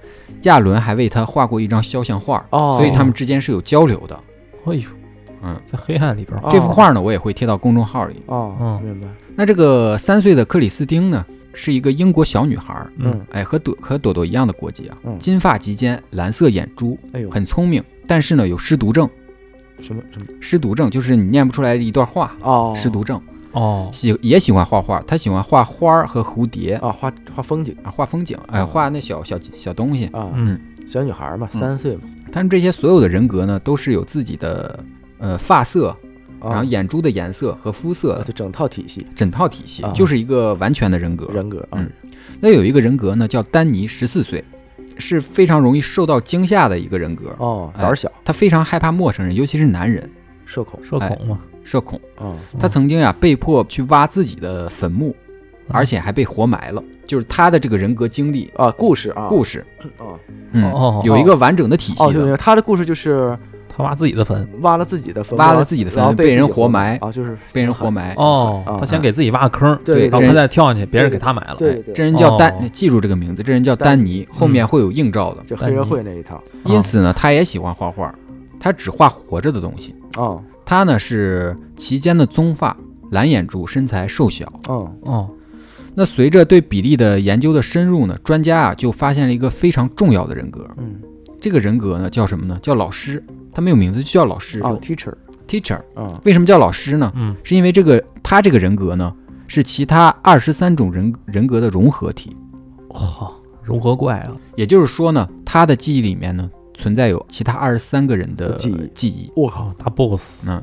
Speaker 4: 亚伦还为他画过一张肖像画，
Speaker 5: 哦，
Speaker 4: 所以他们之间是有交流的。
Speaker 6: 哎呦，
Speaker 4: 嗯，
Speaker 6: 在黑暗里边儿，
Speaker 5: 哦
Speaker 4: 这幅画呢，我也会贴到公众号里。
Speaker 5: 哦，
Speaker 6: 嗯
Speaker 5: 明白，
Speaker 4: 那这个三岁的克里斯汀呢，是一个英国小女孩儿，
Speaker 5: 嗯，
Speaker 4: 哎，和朵和朵朵一样的国籍啊，
Speaker 5: 嗯
Speaker 4: 金发及肩，蓝色眼珠，
Speaker 5: 哎呦，
Speaker 4: 很聪明，但是呢有失读症。
Speaker 5: 什么什么
Speaker 4: 失读症就是你念不出来一段话，
Speaker 5: 哦，
Speaker 4: 失读症。
Speaker 6: 哦，
Speaker 4: 喜也喜欢画画，他喜欢画花儿和蝴蝶
Speaker 5: 啊，画画风景
Speaker 4: 啊，画风景，哎，
Speaker 5: 哦
Speaker 4: 画那小小小东西。
Speaker 5: 啊，
Speaker 6: 嗯
Speaker 5: 小女孩嘛，
Speaker 4: 嗯
Speaker 5: 三岁嘛，
Speaker 4: 他们这些所有的人格呢，都是有自己的呃发色
Speaker 5: 啊
Speaker 4: 然后眼珠的颜色和肤色
Speaker 5: 就整套体系
Speaker 4: 整套体系
Speaker 5: 啊，
Speaker 4: 就是一个完全的人格。
Speaker 5: 人格啊
Speaker 4: 嗯，那有一个人格呢，叫丹尼，十四岁，是非常容易受到惊吓的一个人格。
Speaker 5: 哦，
Speaker 4: 哎
Speaker 5: 胆儿小，
Speaker 4: 他非常害怕陌生人，尤其是男人，
Speaker 5: 社恐
Speaker 6: 社
Speaker 4: 哎
Speaker 6: 恐嘛，
Speaker 4: 社恐。
Speaker 5: 啊，
Speaker 4: 他曾经呀、被迫去挖自己的坟墓，
Speaker 6: 嗯
Speaker 4: 而且还被活埋了。就是他的这个人格经历
Speaker 5: 啊，故事啊，
Speaker 4: 故事，
Speaker 5: 啊，
Speaker 4: 嗯
Speaker 6: 哦，
Speaker 4: 有一个完整的体
Speaker 5: 哦，
Speaker 4: 系
Speaker 5: 对
Speaker 4: 的。
Speaker 5: 对，他的故事就是
Speaker 6: 他挖自己的坟。
Speaker 5: 挖了自己的坟，
Speaker 4: 挖了自己的坟
Speaker 5: 然后
Speaker 4: 被人
Speaker 5: 自己
Speaker 4: 活埋
Speaker 5: 啊，就是
Speaker 4: 被人活。埋，
Speaker 6: 哦
Speaker 5: 啊，
Speaker 6: 他先给自己挖个坑儿，
Speaker 5: 对
Speaker 4: 哎对
Speaker 6: 然后
Speaker 4: 这
Speaker 6: 他再跳上去，别人给他埋了。
Speaker 5: 对
Speaker 4: 哎
Speaker 5: 对
Speaker 4: 这人叫丹，
Speaker 6: 哦
Speaker 4: 记住这个名字，这人叫丹尼，后面会有映照的。
Speaker 5: 就黑社会那一套
Speaker 6: 啊
Speaker 4: 因此呢，他也喜欢画画，他只画活着的东西。
Speaker 5: 啊，
Speaker 4: 他呢是齐肩的棕发，蓝眼珠，身材瘦小。
Speaker 5: 嗯
Speaker 6: 哦，
Speaker 4: 那随着对比例的研究的深入呢，专家啊就发现了一个非常重要的人格。
Speaker 5: 嗯，
Speaker 4: 这个人格呢叫什么呢？叫老师，他没有名字，就叫老师、
Speaker 5: 哦，teacher
Speaker 4: teacher。
Speaker 5: 啊，
Speaker 4: 为什么叫老师呢？
Speaker 6: 嗯，
Speaker 4: 是因为这个他这个人格呢是其他二十三种人人格的融合体，
Speaker 6: 哇，融合怪啊，
Speaker 4: 也就是说呢，他的记忆里面呢存在有其他二十三个人的
Speaker 5: 记忆
Speaker 4: 记忆。
Speaker 5: 我
Speaker 6: 哦
Speaker 5: 靠，，
Speaker 6: 大 boss，
Speaker 4: 嗯，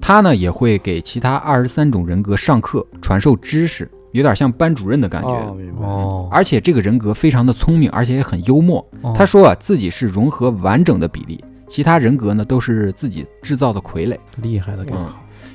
Speaker 4: 他呢也会给其他二十三种人格上课，传授知识，有点像班主任的感觉。
Speaker 5: 哦，明白
Speaker 6: 哦，
Speaker 4: 嗯而且这个人格非常的聪明，而且也很幽默。
Speaker 6: 哦
Speaker 4: 他说啊，自己是融合完整的比例，其他人格呢都是自己制造的傀儡。
Speaker 6: 厉害的，
Speaker 4: 嗯，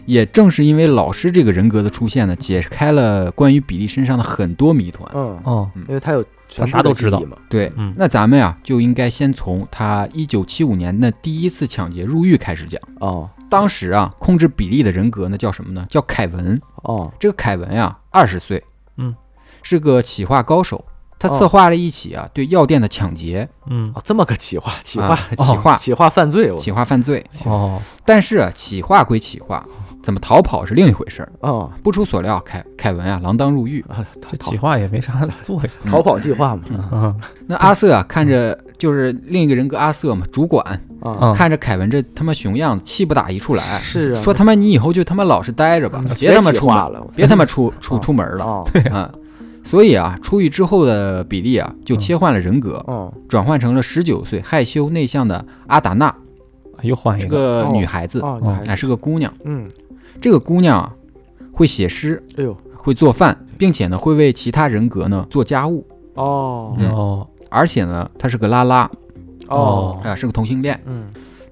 Speaker 4: 也正是因为老师这个人格的出现呢，解开了关于比利身上的很多谜团。
Speaker 5: 嗯，
Speaker 6: 哦，
Speaker 5: 因为他有全部的
Speaker 6: 他啥都知道
Speaker 5: 记忆嘛，
Speaker 4: 对，
Speaker 6: 嗯
Speaker 4: 那咱们呀、就应该先从他一九七五年的第一次抢劫入狱开始讲。
Speaker 5: 哦
Speaker 4: 当时啊，控制比利的人格呢叫什么呢？叫凯文。
Speaker 5: 哦
Speaker 4: 这个凯文呀、2二十岁，
Speaker 6: 嗯，
Speaker 4: 是个企划高手。他策划了一起啊、对药店的抢劫，
Speaker 6: 嗯，
Speaker 5: 哦，这么个企划，企划
Speaker 4: 啊企划、
Speaker 5: 企划犯罪，我
Speaker 4: 企划犯罪。
Speaker 6: 哦，
Speaker 4: 但是啊，企划归企划，怎么逃跑是另一回事儿。
Speaker 5: 哦
Speaker 4: 不出所料，凯凯文啊锒铛入狱。
Speaker 5: 啊，他
Speaker 6: 这
Speaker 5: 逃
Speaker 6: 企划也没啥作用。
Speaker 5: 逃跑计划嘛，
Speaker 6: 嗯
Speaker 4: 那阿瑟啊，看着就是另一个人格阿瑟嘛，主管
Speaker 5: 啊，
Speaker 6: 嗯，
Speaker 4: 看着凯文这他妈熊样，气不打一处来，
Speaker 5: 是啊，嗯
Speaker 4: 说他妈你以后就他妈老实待着吧，别
Speaker 5: 别
Speaker 4: 他妈
Speaker 5: 企
Speaker 4: 出
Speaker 5: 划
Speaker 4: 门，
Speaker 5: 了，我
Speaker 4: 别他妈出出
Speaker 5: 啊
Speaker 4: 出门了
Speaker 5: 啊，
Speaker 4: 啊！所以啊，出狱之后的比利啊，就切换了人格，
Speaker 5: 哦
Speaker 4: 转换成了十九岁害羞内向的阿达娜，
Speaker 6: 又换
Speaker 4: 是
Speaker 6: 一个，
Speaker 4: 个
Speaker 5: 哦
Speaker 4: 女孩子，
Speaker 5: 哦，你还
Speaker 4: 哎，是个姑娘。
Speaker 5: 嗯，
Speaker 4: 这个姑娘啊，会写诗，
Speaker 5: 哎呦
Speaker 4: 会做饭，并且呢，会为其他人格呢做家务，
Speaker 5: 哦
Speaker 4: 嗯
Speaker 6: 哦
Speaker 4: 而且呢，她是个拉拉，
Speaker 5: 哦
Speaker 6: 哦，
Speaker 4: 啊，是个同性恋。
Speaker 5: 嗯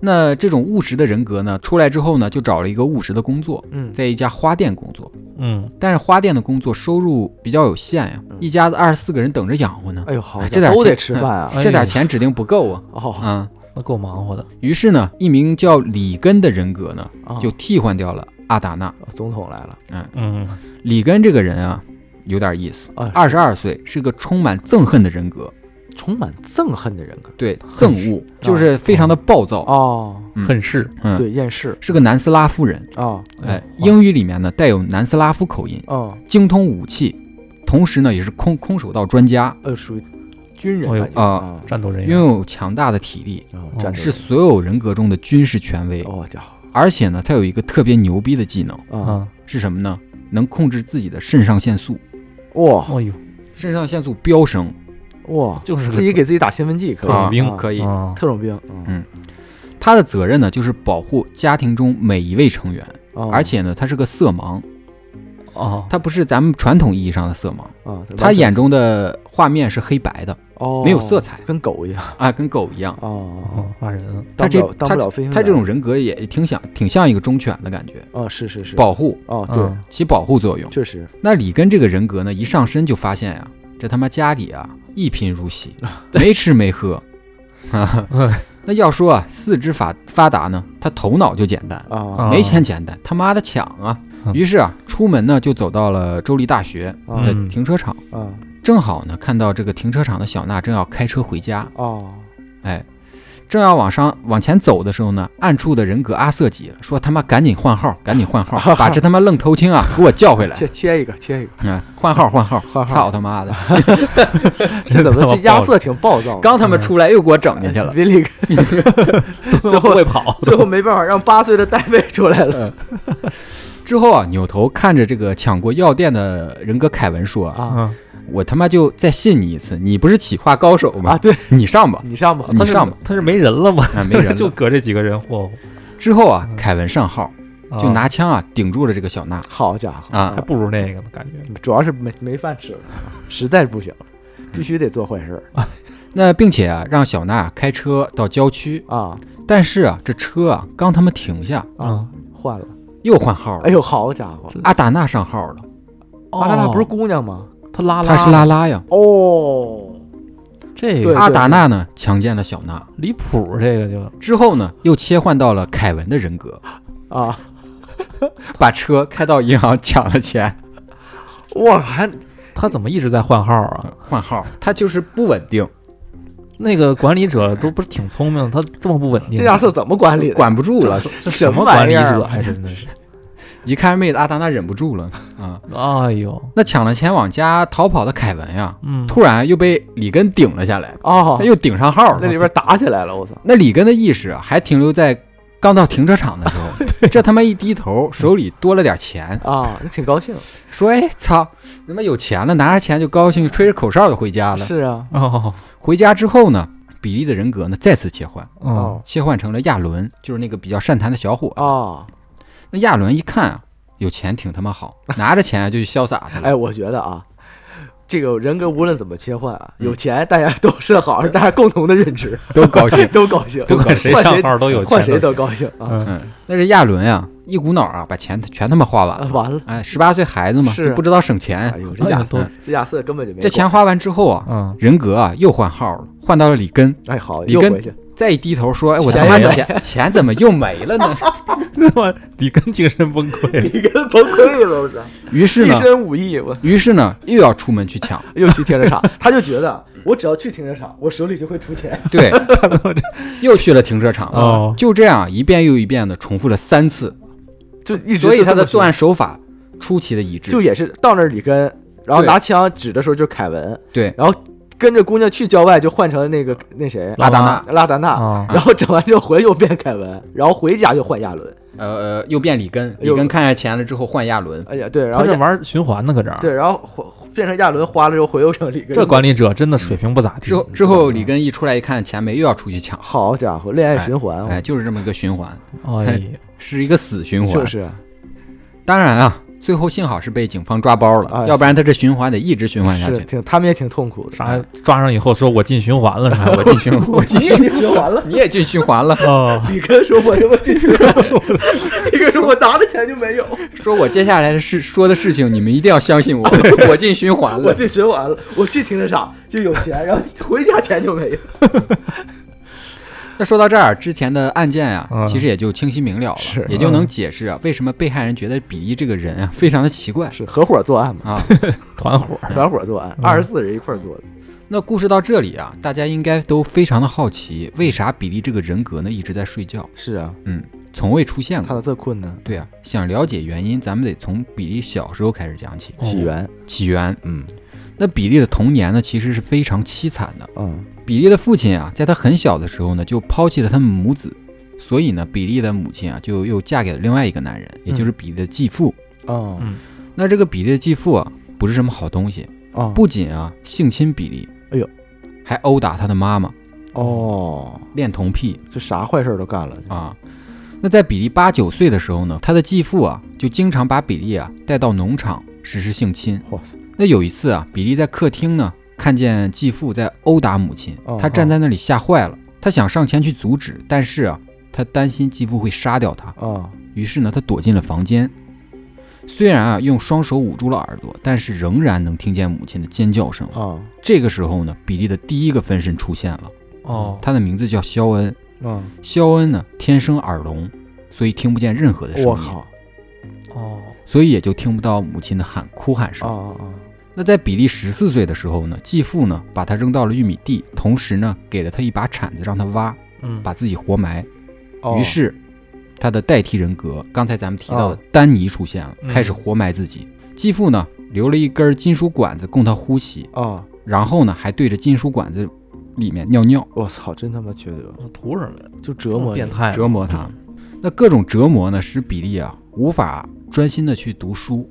Speaker 4: 那这种务实的人格呢，出来之后呢，就找了一个务实的工作，
Speaker 5: 嗯，
Speaker 4: 在一家花店工作。
Speaker 6: 嗯，
Speaker 4: 但是花店的工作收入比较有限呀，
Speaker 5: 嗯
Speaker 4: 一家子二十四个人等着养活呢，
Speaker 5: 哎呦好
Speaker 4: 哎
Speaker 5: 家伙，
Speaker 4: 这点
Speaker 5: 都得
Speaker 4: 钱
Speaker 5: 吃饭啊，
Speaker 6: 哎
Speaker 4: 这点钱指定不够啊
Speaker 5: 哦
Speaker 4: 啊、
Speaker 6: 那够忙活的，
Speaker 4: 于是呢，一名叫里根的人格呢，
Speaker 5: 啊
Speaker 4: 就替换掉了阿达纳。
Speaker 5: 总统来了
Speaker 6: 嗯，
Speaker 4: 里根这个人啊，有点意思，
Speaker 5: 啊，
Speaker 4: 二十二岁，是个充满憎恨的人格，
Speaker 5: 充满憎恨的人格。
Speaker 4: 对，憎恶就是非常的暴躁。
Speaker 5: 哦，
Speaker 4: 嗯
Speaker 6: 恨世
Speaker 4: 嗯，
Speaker 5: 对，厌世。
Speaker 4: 是个南斯拉夫人。
Speaker 5: 哦
Speaker 4: 哎，
Speaker 6: 嗯
Speaker 4: 英语里面呢带有南斯拉夫口音，
Speaker 5: 哦，
Speaker 4: 精通武器，同时呢也是空空手道专家，
Speaker 5: 呃，属于军人
Speaker 6: 哎呦
Speaker 5: 感觉
Speaker 4: 啊
Speaker 6: 战斗
Speaker 5: 哎
Speaker 6: 人员
Speaker 4: 拥有强大的体力，
Speaker 5: 哦，战斗
Speaker 4: 是所有人格中的军事权威
Speaker 5: 人。哦家伙
Speaker 4: 而且呢，他有一个特别牛逼的技能
Speaker 5: 啊，
Speaker 6: 啊，
Speaker 4: 是什么呢？能控制自己的肾上腺素，
Speaker 5: 哇
Speaker 4: 嗯
Speaker 6: 哦呦，
Speaker 4: 肾上腺素飙升。
Speaker 5: 哇，
Speaker 6: 就是
Speaker 5: 自己给自己打兴奋剂，可以
Speaker 6: 特种兵
Speaker 5: 啊
Speaker 4: 可以。
Speaker 6: 啊，
Speaker 5: 特种兵，嗯
Speaker 4: 他的责任呢，就是保护家庭中每一位成员，
Speaker 5: 哦
Speaker 4: 而且呢，他是个色盲，
Speaker 6: 哦，
Speaker 4: 他不是咱们传统意义上的色盲，
Speaker 5: 啊，完
Speaker 4: 他
Speaker 5: 全
Speaker 4: 眼中的画面是黑白的
Speaker 5: 哦
Speaker 4: 没有色彩
Speaker 5: 跟狗一样
Speaker 4: 啊，跟狗一样。
Speaker 5: 哦，
Speaker 6: 哦，骂人，
Speaker 4: 他
Speaker 5: 当不
Speaker 4: 这
Speaker 5: 了当不了飞行员，
Speaker 4: 他这种人格也挺像，挺像一个忠犬的感觉，
Speaker 5: 哦是是是
Speaker 4: 保护
Speaker 5: 哦
Speaker 6: 嗯
Speaker 5: 对，
Speaker 4: 起保护作用。
Speaker 5: 确实
Speaker 4: 那里根这个人格呢，一上身就发现呀、这他妈家里啊一贫如洗，
Speaker 5: 啊
Speaker 4: 没吃没喝。
Speaker 5: [laughs]
Speaker 4: 哈哈
Speaker 5: 哎
Speaker 4: 那要说啊，四肢发发达呢，他头脑就简单，
Speaker 5: 啊
Speaker 4: 没钱简单，他妈的抢啊！
Speaker 6: 嗯
Speaker 4: 于是啊，出门呢就走到了州立大学
Speaker 5: 嗯
Speaker 4: 的停车场，
Speaker 5: 啊
Speaker 4: 正好呢看到这个停车场的小娜正要开车回家，
Speaker 5: 哦
Speaker 4: 哎，正要往上往前走的时候呢，暗处的人格阿瑟急了，说他妈赶紧换号，赶紧换
Speaker 5: [laughs]
Speaker 4: 号，把这他妈愣头青啊给我叫回来，
Speaker 5: 切切一个切一个，
Speaker 4: 哎，换号换号，
Speaker 5: 换号
Speaker 4: 操他
Speaker 5: [laughs]
Speaker 4: 妈的！
Speaker 5: 这怎么
Speaker 6: 他妈
Speaker 5: 这亚
Speaker 6: 暴
Speaker 5: 瑟挺暴躁的，
Speaker 4: 刚他妈出来又给我整进去了，
Speaker 5: 宾利克最后
Speaker 6: 会跑，
Speaker 5: [laughs] 最
Speaker 6: [laughs]
Speaker 5: 后没办法让八岁的戴维出来了
Speaker 4: 之后啊，扭头看着这个抢过药店的人格凯文说啊，
Speaker 5: 啊
Speaker 6: 嗯，
Speaker 4: 我他妈就再信你一次，你不是企划高手
Speaker 6: 嗯
Speaker 4: 吗
Speaker 5: 啊？对
Speaker 4: 你上吧，
Speaker 5: 你上吧
Speaker 4: 你上吧，
Speaker 6: 他是没人了吗？
Speaker 4: 啊，没人了
Speaker 6: [laughs] 就搁这几个人霍
Speaker 4: 之后啊，
Speaker 6: 嗯
Speaker 4: 凯文上号
Speaker 6: 霍，
Speaker 4: 就拿枪啊顶住了这个小娜
Speaker 5: 好家伙
Speaker 4: 啊
Speaker 6: 还不如那个呢，感觉
Speaker 5: 主要是没没饭吃了，实在是不行，必须得做坏事儿
Speaker 4: 那并且啊让小娜开车到郊
Speaker 6: 嗯
Speaker 4: 区，
Speaker 5: 啊
Speaker 4: 但是啊这车啊刚他妈停下
Speaker 5: 啊
Speaker 6: 啊，
Speaker 5: 换了，
Speaker 4: 又换号了，
Speaker 5: 哎呦，好家伙，
Speaker 4: 阿达娜上号了，
Speaker 5: 阿达娜不是
Speaker 6: 哦
Speaker 5: 姑娘吗？她拉拉，
Speaker 4: 她是拉拉呀，
Speaker 5: 哦，
Speaker 6: 这
Speaker 5: 对
Speaker 6: 个
Speaker 4: 阿达娜呢强奸了小娜。
Speaker 6: 离谱，这个就
Speaker 4: 之后呢，又切换到了凯文的
Speaker 5: [laughs]
Speaker 4: 人格，
Speaker 5: 啊，
Speaker 4: 把车开到银行抢了钱，
Speaker 5: 哇，还
Speaker 6: 他怎么一直在换号啊？
Speaker 4: 换号，他就是不稳定，
Speaker 6: 那个管理者都不是挺聪明，他这么不稳定，
Speaker 5: 这亚瑟怎么管理的？
Speaker 4: 管不住了。
Speaker 6: 这什么管理
Speaker 5: 啊
Speaker 6: 者还真 [laughs] 的是，
Speaker 4: 一看妹子阿达娜忍不住了啊！
Speaker 6: 哎呦，
Speaker 4: 那抢了钱往家逃跑的凯文呀，
Speaker 6: 嗯，
Speaker 4: 突然又被里根顶了下来，
Speaker 5: 哦
Speaker 6: 哎
Speaker 4: 他，又顶上号
Speaker 5: 那
Speaker 4: 了。
Speaker 5: 里边打起来了，我操！
Speaker 4: 那里根的意识啊还停留在刚到停车场的时
Speaker 5: [laughs]
Speaker 4: 候，这他妈一低头，手里多了点钱，
Speaker 6: 嗯
Speaker 5: 啊，那挺高兴，
Speaker 4: 说：“哎操，他妈有钱了，拿着钱就高兴，吹着口哨就回家了。”
Speaker 5: 是啊，
Speaker 6: 哦
Speaker 4: 回家之后呢，比利的人格呢再次切换，
Speaker 6: 哦 [laughs]
Speaker 4: 切换成了亚伦，就是那个比较善谈的小伙。啊
Speaker 5: 哦，
Speaker 4: 那亚伦一看啊，有钱挺他妈好，拿着钱就去潇洒去了。
Speaker 5: 哎，我觉得啊，这个人格无论怎么切换啊，
Speaker 6: 嗯
Speaker 5: 有钱大家都是好，是大家共同的认知，
Speaker 4: 都高兴
Speaker 5: [laughs] 都高兴，
Speaker 6: 不管谁
Speaker 5: 换
Speaker 6: 上号都有钱
Speaker 5: 换谁都高兴啊！
Speaker 6: 嗯
Speaker 4: 嗯，但是亚伦啊，一股脑啊把钱全他妈花完
Speaker 5: 啊
Speaker 4: 了。
Speaker 5: 完了，
Speaker 4: 哎，十八岁孩子嘛，
Speaker 5: 是
Speaker 4: 就不知道省钱
Speaker 5: 哎。呦，这
Speaker 6: 哎呀
Speaker 5: 亚
Speaker 6: 都
Speaker 5: 这亚瑟根本就没
Speaker 4: 这钱花完之后啊，
Speaker 6: 嗯
Speaker 4: 人格啊又换号了，换到了里根。
Speaker 5: 管，哎，好，
Speaker 4: 里
Speaker 5: 又
Speaker 4: 根
Speaker 5: 回去，
Speaker 4: 再一低头说：“哎，我他
Speaker 5: 钱
Speaker 4: 妈
Speaker 5: 也
Speaker 4: 钱钱怎么又没
Speaker 5: [laughs]
Speaker 4: 了呢
Speaker 6: 我里根精神崩溃了，
Speaker 5: 里根崩溃了，我 [laughs] 操，？”
Speaker 4: 于是
Speaker 5: 一
Speaker 4: 呢，
Speaker 5: 身武艺，我
Speaker 4: 于是呢又要出门去抢。
Speaker 5: [laughs] 又去停车场，他就觉得我只要去停车场，我手里就会出钱，
Speaker 4: 对，又去了停车场。
Speaker 6: 哦
Speaker 4: 就这样一遍又一遍的重复了三次，
Speaker 5: [laughs] 就一直
Speaker 4: 所以
Speaker 5: 就
Speaker 4: 他
Speaker 5: 这
Speaker 4: 的
Speaker 5: 么
Speaker 4: 作
Speaker 5: 学
Speaker 4: 案手法出奇的一致。
Speaker 5: 就也是到那儿里根，然后
Speaker 4: 对
Speaker 5: 拿枪指的时候就是凯文，
Speaker 4: 对，
Speaker 5: 然后跟着姑娘去郊外就换成那个那谁
Speaker 4: 拉达纳，
Speaker 5: 拉达纳，
Speaker 6: 啊
Speaker 5: 然后整完之后回来又变凯文，然后回家又换亚伦，
Speaker 4: 呃呃，又变里根，里
Speaker 5: 又
Speaker 4: 根看见钱了之后换亚伦，
Speaker 5: 哎呀对，然
Speaker 6: 他
Speaker 5: 后
Speaker 6: 这
Speaker 5: 亚
Speaker 6: 玩循环呢，搁这儿。
Speaker 5: 对，然后花变成亚伦花了之后回又成里根，
Speaker 6: 这管理者真的水平不咋
Speaker 5: 嗯
Speaker 6: 地。
Speaker 4: 之后之后里根一出来一看钱没，又要出去抢，
Speaker 5: 好家伙，恋爱循环，
Speaker 4: 哎，就是这么一个循环，
Speaker 6: 哎呀，
Speaker 4: 是一个死循
Speaker 5: 我
Speaker 4: 环。
Speaker 5: 就是
Speaker 4: 当然啊，最后幸好是被警方抓包了，
Speaker 5: 哎
Speaker 4: 要不然他这循环得一直循环下
Speaker 5: 是
Speaker 4: 去。
Speaker 5: 挺他们也挺痛苦的，
Speaker 6: 啥抓上以后说我进循环了
Speaker 4: 哎
Speaker 6: 啥？
Speaker 4: 我
Speaker 5: [laughs]
Speaker 4: 进循，我进
Speaker 5: 你
Speaker 4: 循。
Speaker 5: 也，循环了 [laughs]
Speaker 4: 你也进循环了。
Speaker 6: [laughs] 哦，
Speaker 5: 里根说：“我他妈进去了，里根说我拿的钱就没有，
Speaker 4: 说我接下来的事说的事情，你们一定要
Speaker 5: [laughs]
Speaker 4: 相信我。我进循环
Speaker 5: 我
Speaker 4: 了，
Speaker 5: 进循环了，我去停车场就有钱，然后回家钱就没 [laughs] 有。
Speaker 4: 那说到这儿，之前的案件啊，
Speaker 6: 嗯
Speaker 4: 其实也就清晰明了了，
Speaker 5: 是嗯
Speaker 4: 也就能解释啊，为什么被害人觉得比利这个人啊非常的奇怪
Speaker 5: 是合伙作案嘛？
Speaker 4: 啊。 [laughs]
Speaker 6: 团伙儿
Speaker 5: 嗯团伙作案，二十四人一块儿做的。
Speaker 4: 那故事到这里啊，大家应该都非常的好奇，为啥比利这个人格呢一直在睡觉，嗯
Speaker 5: 是啊，
Speaker 4: 从未出现
Speaker 5: 他
Speaker 4: 过？
Speaker 5: 的这困呢，
Speaker 4: 对啊，想了解原因，咱们得从比利小时候开始讲起。
Speaker 5: 起源，
Speaker 4: 起源，
Speaker 5: 嗯
Speaker 4: 那比利的童年呢，其实是非常凄惨的。
Speaker 5: 嗯
Speaker 4: 比利的父亲啊，在他很小的时候呢，就抛弃了他们母子，所以呢，比利的母亲啊，就又嫁给了另外一个男人，也
Speaker 5: 嗯
Speaker 4: 就是比利的继父。
Speaker 5: 哦
Speaker 6: 嗯
Speaker 4: 那这个比利的继父啊，不是什么好东西，
Speaker 5: 哦
Speaker 4: 不仅啊性侵比利，
Speaker 5: 哎呦，
Speaker 4: 还殴打他的妈妈，
Speaker 5: 哦，
Speaker 4: 恋童癖
Speaker 5: 这啥坏事儿都干了
Speaker 4: 啊。那在比利八九岁的时候呢，他的继父啊，就经常把比利啊带到农场实施性侵。
Speaker 5: 哇塞，
Speaker 4: 那有一次啊，比利在客厅呢，看见继父在殴打母亲
Speaker 5: 哦，
Speaker 4: 他站在那里吓坏了，他想上前去阻止，但是啊，他担心继父会杀掉他，
Speaker 5: 啊
Speaker 4: 于是呢，他躲进了房间。虽然啊用双手捂住了耳朵，但是仍然能听见母亲的尖叫声。
Speaker 5: 啊
Speaker 4: 这个时候呢，比利的第一个分身出现了，
Speaker 6: 哦，
Speaker 4: 他的名字叫肖恩。
Speaker 5: 嗯，
Speaker 4: 肖恩呢天生耳聋，所以听不见任何的声
Speaker 5: 我
Speaker 4: 音，
Speaker 5: 靠，
Speaker 6: 哦，
Speaker 4: 所以也就听不到母亲的喊哭喊声
Speaker 5: 啊。啊啊，
Speaker 4: 那在比利十四岁的时候呢，继父呢把他扔到了玉米地，同时呢给了他一把铲子让他挖，
Speaker 6: 嗯，
Speaker 4: 把自己活埋。
Speaker 5: 哦
Speaker 4: 于是，他的代替人格，刚才咱们提到的
Speaker 5: 哦
Speaker 4: 丹尼出现了，
Speaker 6: 嗯
Speaker 4: 开始活埋自己。继父呢留了一根金属管子供他呼吸，
Speaker 5: 啊，
Speaker 4: 然后呢还对着金属管子里面尿尿，
Speaker 5: 我操，真他妈缺德，
Speaker 6: 我图什么呀？
Speaker 5: 就折
Speaker 6: 这么
Speaker 5: 磨
Speaker 6: 变，态，
Speaker 4: 折磨他。那各种折磨呢，使比利啊无法专心的去读书。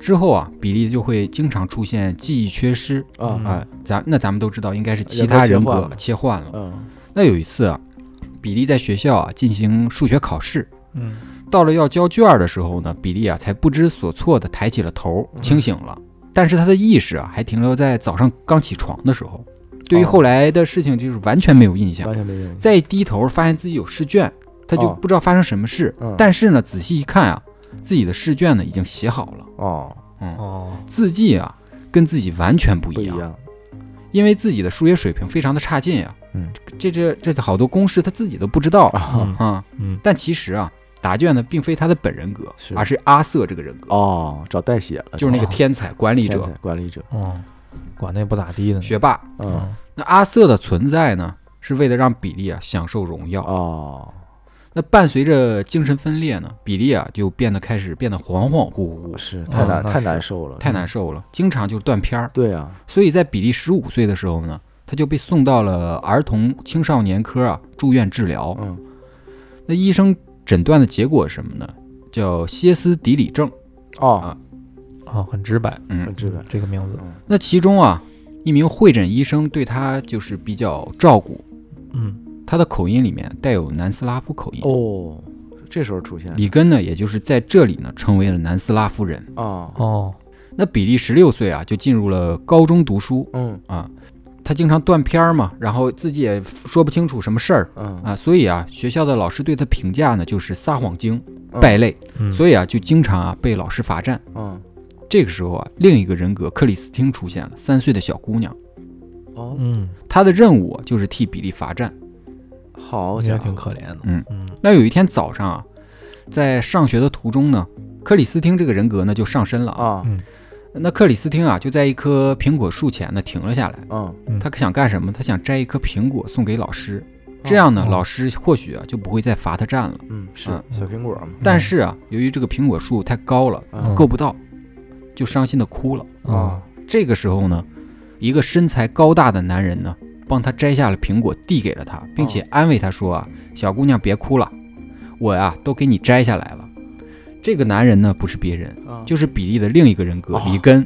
Speaker 4: 之后啊，比利就会经常出现记忆缺失，
Speaker 5: 啊
Speaker 4: 啊、咱那咱们都知道应该是其
Speaker 5: 人格
Speaker 4: 他
Speaker 5: 切
Speaker 4: 人
Speaker 5: 换
Speaker 4: 格
Speaker 5: 了
Speaker 4: 切换了。
Speaker 5: 嗯
Speaker 4: 那有一次啊，比利在学校啊进行数学考试，
Speaker 6: 嗯，
Speaker 4: 到了要交卷儿的时候呢，比利啊才不知所措的抬起了头，
Speaker 5: 嗯
Speaker 4: 清醒了。但是他的意识啊还停留在早上刚起床的时候，对于
Speaker 5: 哦
Speaker 4: 后来的事情就是完全没有印象。
Speaker 5: 完全没用，
Speaker 4: 再一低头发现自己有试卷，他就
Speaker 5: 哦
Speaker 4: 不知道发生什么事。
Speaker 5: 嗯
Speaker 4: 但是呢，仔细一看啊，自己的试卷呢已经写好了，
Speaker 5: 哦
Speaker 6: 哦，
Speaker 4: 字迹啊跟自己完全不
Speaker 5: 不
Speaker 4: 一
Speaker 5: 一
Speaker 4: 样。
Speaker 5: 样，
Speaker 4: 因为自己的数学水平非常的差劲啊，
Speaker 5: 嗯，
Speaker 4: 这这这好多公式他自己都不知道
Speaker 5: 啊
Speaker 4: 啊，
Speaker 6: 嗯，
Speaker 4: 但其实啊，答卷呢并非他的本人格，
Speaker 5: 是
Speaker 4: 而是阿瑟这个人格，
Speaker 5: 哦，找代写了，啊
Speaker 4: 就是那个天才管理
Speaker 5: 天
Speaker 4: 者
Speaker 5: 才管理者，
Speaker 6: 哦，管那不咋地的呢，
Speaker 4: 学霸。
Speaker 5: 嗯
Speaker 4: 那阿瑟的存在呢，是为了让比利啊享受荣耀。
Speaker 5: 哦，
Speaker 4: 那伴随着精神分裂呢，比利啊就变得开始变得恍恍惚惚，
Speaker 5: 哦是太难
Speaker 6: 那
Speaker 5: 太
Speaker 6: 是
Speaker 5: 难受了，
Speaker 4: 嗯太难受了，经常就断片儿。
Speaker 5: 对啊，
Speaker 4: 所以在比利十五岁的时候呢，他就被送到了儿童青少年科啊住院治疗。
Speaker 5: 嗯
Speaker 4: 那医生诊断的结果是什么呢？叫歇斯底里症。啊
Speaker 5: 哦，
Speaker 6: 哦，很直白，
Speaker 5: 很
Speaker 4: 嗯，
Speaker 5: 直白，
Speaker 6: 这个名字，
Speaker 4: 那其中啊，一名会诊医生对他就是比较照顾，
Speaker 6: 嗯，
Speaker 4: 他的口音里面带有南斯拉夫口音。
Speaker 5: 哦，这时候出现
Speaker 4: 里根呢，也就是在这里呢，成为了南斯拉夫人。
Speaker 5: 啊，
Speaker 6: 哦，
Speaker 4: 那比利十六岁啊，就进入了高中读书
Speaker 5: 嗯
Speaker 4: 啊。他经常断片儿嘛，然后自己也说不清楚什么事儿
Speaker 5: 嗯
Speaker 4: 啊，所以啊，学校的老师对他评价呢就是撒谎精、
Speaker 5: 嗯
Speaker 4: 败类，
Speaker 6: 嗯
Speaker 4: 所以啊，就经常啊被老师罚站。
Speaker 5: 嗯
Speaker 4: 这个时候啊，另一个人格克里斯汀出现了，三岁的小姑娘，
Speaker 5: 哦，
Speaker 6: 嗯，
Speaker 4: 她的任务啊就是替比利罚站。
Speaker 5: 好
Speaker 6: 也
Speaker 5: 家伙
Speaker 6: 挺，可怜的，
Speaker 4: 嗯
Speaker 6: 嗯，
Speaker 4: 那有一天早上啊，在上学的途中呢，克里斯汀这个人格呢就上身了啊。
Speaker 5: 啊，
Speaker 4: 那克里斯汀啊就在一棵苹果树前呢停了下来，
Speaker 5: 嗯，
Speaker 6: 嗯
Speaker 4: 他想干什么？他想摘一颗苹果送给老师，这样呢
Speaker 6: 哦
Speaker 4: 老师或许啊就不会再罚他站了。
Speaker 5: 嗯，是
Speaker 4: 嗯
Speaker 5: 小苹果嘛，
Speaker 4: 但是啊，由于这个苹果树太高了，
Speaker 5: 嗯
Speaker 4: 够不到，就伤心的哭了。
Speaker 6: 啊，
Speaker 4: 这个时候呢，一个身材高大的男人呢，帮他摘下了苹果，递给了他，并且安慰他说啊：“小姑娘别哭了，我呀、都给你摘下来了。”这个男人呢，不是别人，
Speaker 6: 嗯
Speaker 5: 啊
Speaker 4: 就是比利的另一个人格
Speaker 5: 哦
Speaker 4: 里根，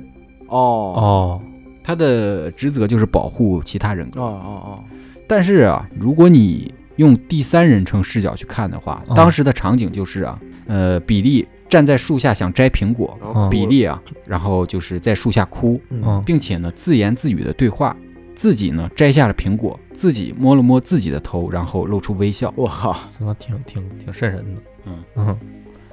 Speaker 5: 哦
Speaker 6: 哦，
Speaker 4: 他的职责就是保护其他人
Speaker 5: 哦
Speaker 4: 格。
Speaker 5: 哦
Speaker 4: 但是啊，如果你用第三人称视角去看的话，
Speaker 6: 哦
Speaker 4: 当时的场景就是啊，呃，比利站在树下想摘苹果
Speaker 5: 哦，，然后
Speaker 6: 嗯
Speaker 4: 比利啊，然后就是在树下哭，
Speaker 5: 嗯
Speaker 6: 嗯，
Speaker 4: 并且呢自言自语的对话，自己呢摘下了苹果，自己摸了摸自己的头，然后露出微笑。
Speaker 5: 我靠，
Speaker 6: 真的嗯挺挺挺瘆人的，
Speaker 4: 嗯
Speaker 6: 嗯，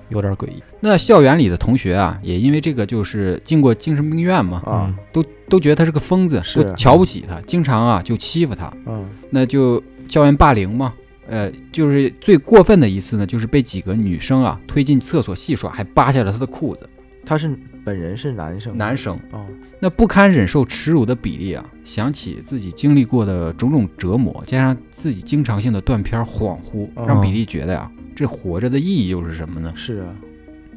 Speaker 6: 有点诡异
Speaker 4: 那校园里的同学啊，也因为这个就是进过精神病院嘛，
Speaker 6: 嗯
Speaker 5: 啊，，
Speaker 4: 都都觉得他是个疯子，
Speaker 5: 是啊
Speaker 4: 都瞧不起他，经常啊就欺负他，
Speaker 5: 嗯
Speaker 4: 那就校园霸凌嘛。呃，就是最过分的一次呢，就是被几个女生啊推进厕所戏耍，还扒下了他的裤子。
Speaker 5: 他是本人是男生，
Speaker 4: 男生
Speaker 5: 哦，
Speaker 4: 那不堪忍受耻辱的比例啊，想起自己经历过的种种折磨，加上自己经常性的断片儿恍惚，
Speaker 5: 哦
Speaker 4: 让比利觉得呀、啊这活着的意义又是什么呢？
Speaker 5: 是啊，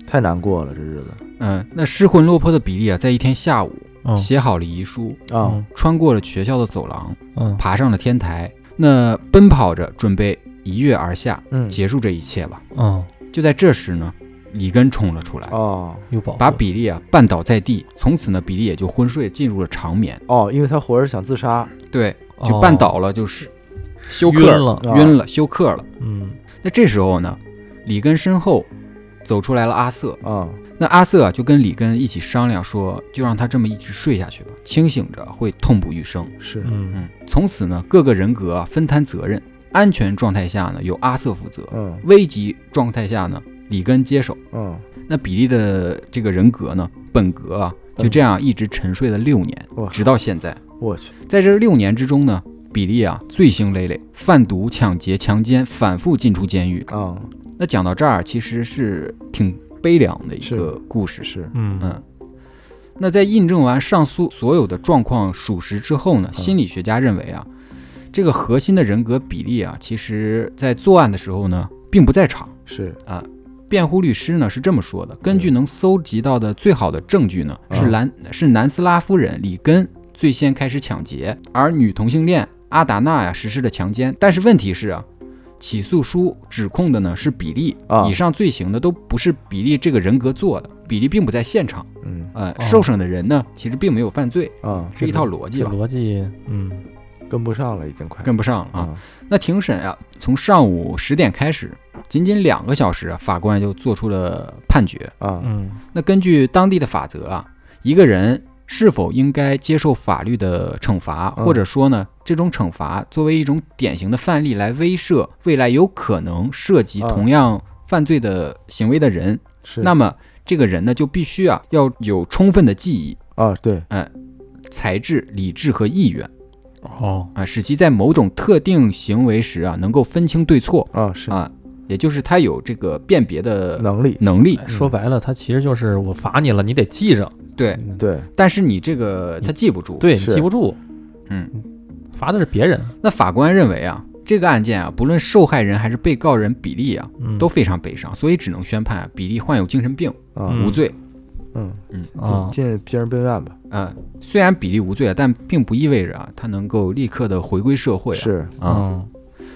Speaker 5: 太难过了这日子
Speaker 4: 嗯，那失魂落魄的比利啊，在一天下午
Speaker 5: 哦
Speaker 6: 嗯
Speaker 4: 写好了遗书，
Speaker 5: 啊，
Speaker 4: 穿过了学校的走廊，
Speaker 6: 嗯
Speaker 4: 爬上了天台，那奔跑着准备一跃而下，
Speaker 5: 嗯，
Speaker 4: 结束这一切吧。
Speaker 6: 嗯，
Speaker 4: 就在这时呢，里根冲了出来，
Speaker 5: 哦
Speaker 6: 又保护
Speaker 4: 把比利啊绊倒在地，从此呢，比利也就昏睡进入了长眠。
Speaker 5: 哦，因为他活着想自杀，
Speaker 4: 对，就
Speaker 6: 哦
Speaker 4: 绊倒了，就是休克
Speaker 6: 晕了，
Speaker 5: 啊
Speaker 4: 晕了，休克了。
Speaker 6: 嗯
Speaker 4: 那这时候呢，里根身后走出来了阿瑟，
Speaker 5: 啊，
Speaker 4: 那阿瑟啊就跟里根一起商量说，就让他这么一直睡下去吧，清醒着会痛不欲生。
Speaker 5: 是
Speaker 6: 嗯
Speaker 4: 嗯，从此呢，各个人格啊分摊责任，安全状态下呢由阿瑟负责，
Speaker 5: 嗯
Speaker 4: 危急状态下呢里根接手。
Speaker 5: 嗯，
Speaker 4: 那比利的这个人格呢，本格啊，就这样一直沉睡了六年，
Speaker 5: 哇
Speaker 4: 直到现在。
Speaker 5: 我去，
Speaker 4: 在这六年之中呢，比利啊罪行累累，贩毒、抢劫、强奸，反复进出监狱。
Speaker 5: 啊，
Speaker 4: 那讲到这儿，其实是挺悲凉的一
Speaker 5: 是
Speaker 4: 个故事。
Speaker 5: 是
Speaker 6: 嗯
Speaker 4: 嗯，那在印证完上述所有的状况属实之后呢，心理学家认为啊，这个核心的人格比例啊，其实在作案的时候呢，并不在场。
Speaker 5: 是，
Speaker 4: 辩护律师呢是这么说
Speaker 6: 嗯
Speaker 4: 的：根据能搜集到的最好的证据呢，
Speaker 6: 啊
Speaker 5: 嗯
Speaker 4: 是南是南斯拉夫人里根最先开始抢劫，而女同性恋阿达纳呀实施的强奸。但是问题是啊，起诉书指控的呢是比利，
Speaker 5: 啊
Speaker 4: 以上罪行呢都不是比利这个人格做的，比利并不在现场。
Speaker 5: 嗯
Speaker 4: 呃，
Speaker 6: 哦
Speaker 4: 受审的人呢其实并没有犯罪，
Speaker 5: 啊，
Speaker 4: 是一套逻辑
Speaker 6: 这
Speaker 4: 吧，
Speaker 6: 逻辑，嗯
Speaker 5: 跟不上了，已经快
Speaker 4: 跟不上了啊。
Speaker 5: 啊，
Speaker 4: 那庭审啊，从上午十点开始，仅仅两个小时啊，法官就做出了判决。
Speaker 5: 啊，
Speaker 6: 嗯
Speaker 4: 那根据当地的法则啊，一个人是否应该接受法律的惩罚，
Speaker 5: 嗯
Speaker 4: 或者说呢，这种惩罚作为一种典型的范例来威慑未来有可能涉及
Speaker 5: 嗯
Speaker 4: 同样犯罪的行为的人，
Speaker 5: 是
Speaker 4: 那么这个人呢就必须啊要有充分的记忆、
Speaker 5: 啊，对，
Speaker 4: 才智、理智和意愿
Speaker 6: 哦
Speaker 4: 啊，使其在某种特定行为时啊能够分清对错
Speaker 5: 啊是
Speaker 4: 啊，也就是他有这个辨别的
Speaker 5: 能力，
Speaker 4: 能力。
Speaker 6: 哎说白了，他其实就是我罚你了，你得记着，
Speaker 4: 对，
Speaker 5: 对，
Speaker 4: 但是你这个他记不住。
Speaker 6: 对你
Speaker 5: 是
Speaker 6: 记不住，
Speaker 4: 嗯，
Speaker 6: 罚的是别人，
Speaker 4: 那法官认为啊，这个案件啊，不论受害人还是被告人比利啊，
Speaker 6: 嗯
Speaker 4: 都非常悲伤，所以只能宣判啊比利患有精神病，
Speaker 5: 啊，
Speaker 6: 嗯
Speaker 4: 无罪。
Speaker 5: 嗯，
Speaker 6: 啊
Speaker 5: 进进精神病院吧，
Speaker 4: 嗯、虽然比利无罪啊，但并不意味着啊他能够立刻的回归社会、啊。
Speaker 5: 是
Speaker 4: 啊、
Speaker 6: 嗯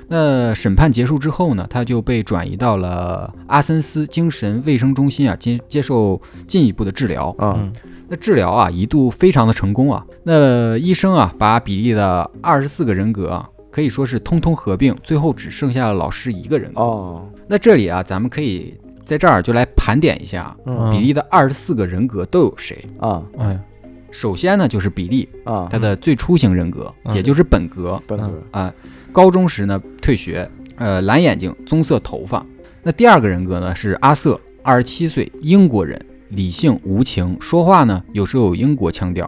Speaker 4: 那审判结束之后呢，他就被转移到了阿森斯精神卫生中心啊，接接受进一步的治疗。
Speaker 5: 啊，
Speaker 6: 嗯
Speaker 4: 那治疗啊一度非常的成功啊，那医生啊把比利的二十四个人格啊可以说是通通合并，最后只剩下了老师一个人格。
Speaker 5: 哦，
Speaker 4: 那这里啊，咱们可以在这儿就来盘点一下
Speaker 5: 嗯
Speaker 4: 比利的二十四个人格都有谁。
Speaker 5: 啊
Speaker 6: 哎
Speaker 4: 首先呢，就是比利
Speaker 5: 啊，
Speaker 4: 他的最初型人格，
Speaker 6: 嗯
Speaker 4: 也就是本格。
Speaker 5: 本哥
Speaker 4: 高中时呢退学，呃，蓝眼睛，棕色头发。那第二个人格呢是阿瑟，二十七岁，英国人，理性无情，说话呢有时候有英国腔调。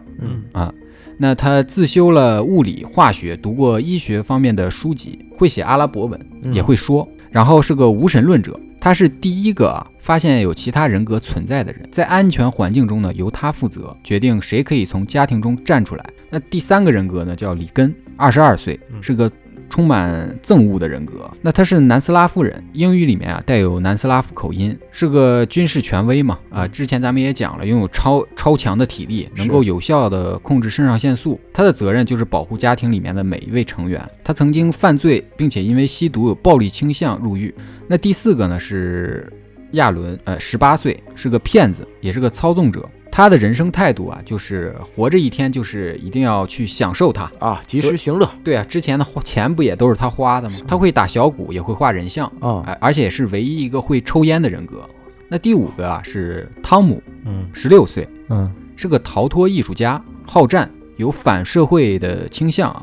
Speaker 4: 啊
Speaker 6: 嗯
Speaker 4: 那他自修了物理、化学，读过医学方面的书籍，会写阿拉伯文，
Speaker 6: 嗯
Speaker 4: 也会说，然后是个无神论者。他是第一个啊发现有其他人格存在的人，在安全环境中呢，由他负责决定谁可以从家庭中站出来。那第三个人格呢，叫里根，二十二岁，
Speaker 6: 嗯
Speaker 4: 是个充满憎恶的人格。那他是南斯拉夫人，英语里面啊带有南斯拉夫口音，是个军事权威嘛啊。之前咱们也讲了，拥有超超强的体力，能够有效的控制肾上腺素。他的责任就是保护家庭里面的每一位成员。他曾经犯罪，并且因为吸毒有暴力倾向入狱。那第四个呢是亚伦，呃，十八岁，是个骗子，也是个操纵者。他的人生态度啊，就是活着一天就是一定要去享受它。
Speaker 5: 啊，及时行乐
Speaker 4: 对啊，之前的花钱不也都是他花的吗？他会打小鼓，也会画人像，
Speaker 5: 啊
Speaker 4: 哎，而且是唯一一个会抽烟的人格。那第五个啊是汤姆，
Speaker 6: 嗯
Speaker 4: 十六岁，
Speaker 6: 嗯
Speaker 4: 是个逃脱艺术家，好战，有反社会的倾向啊。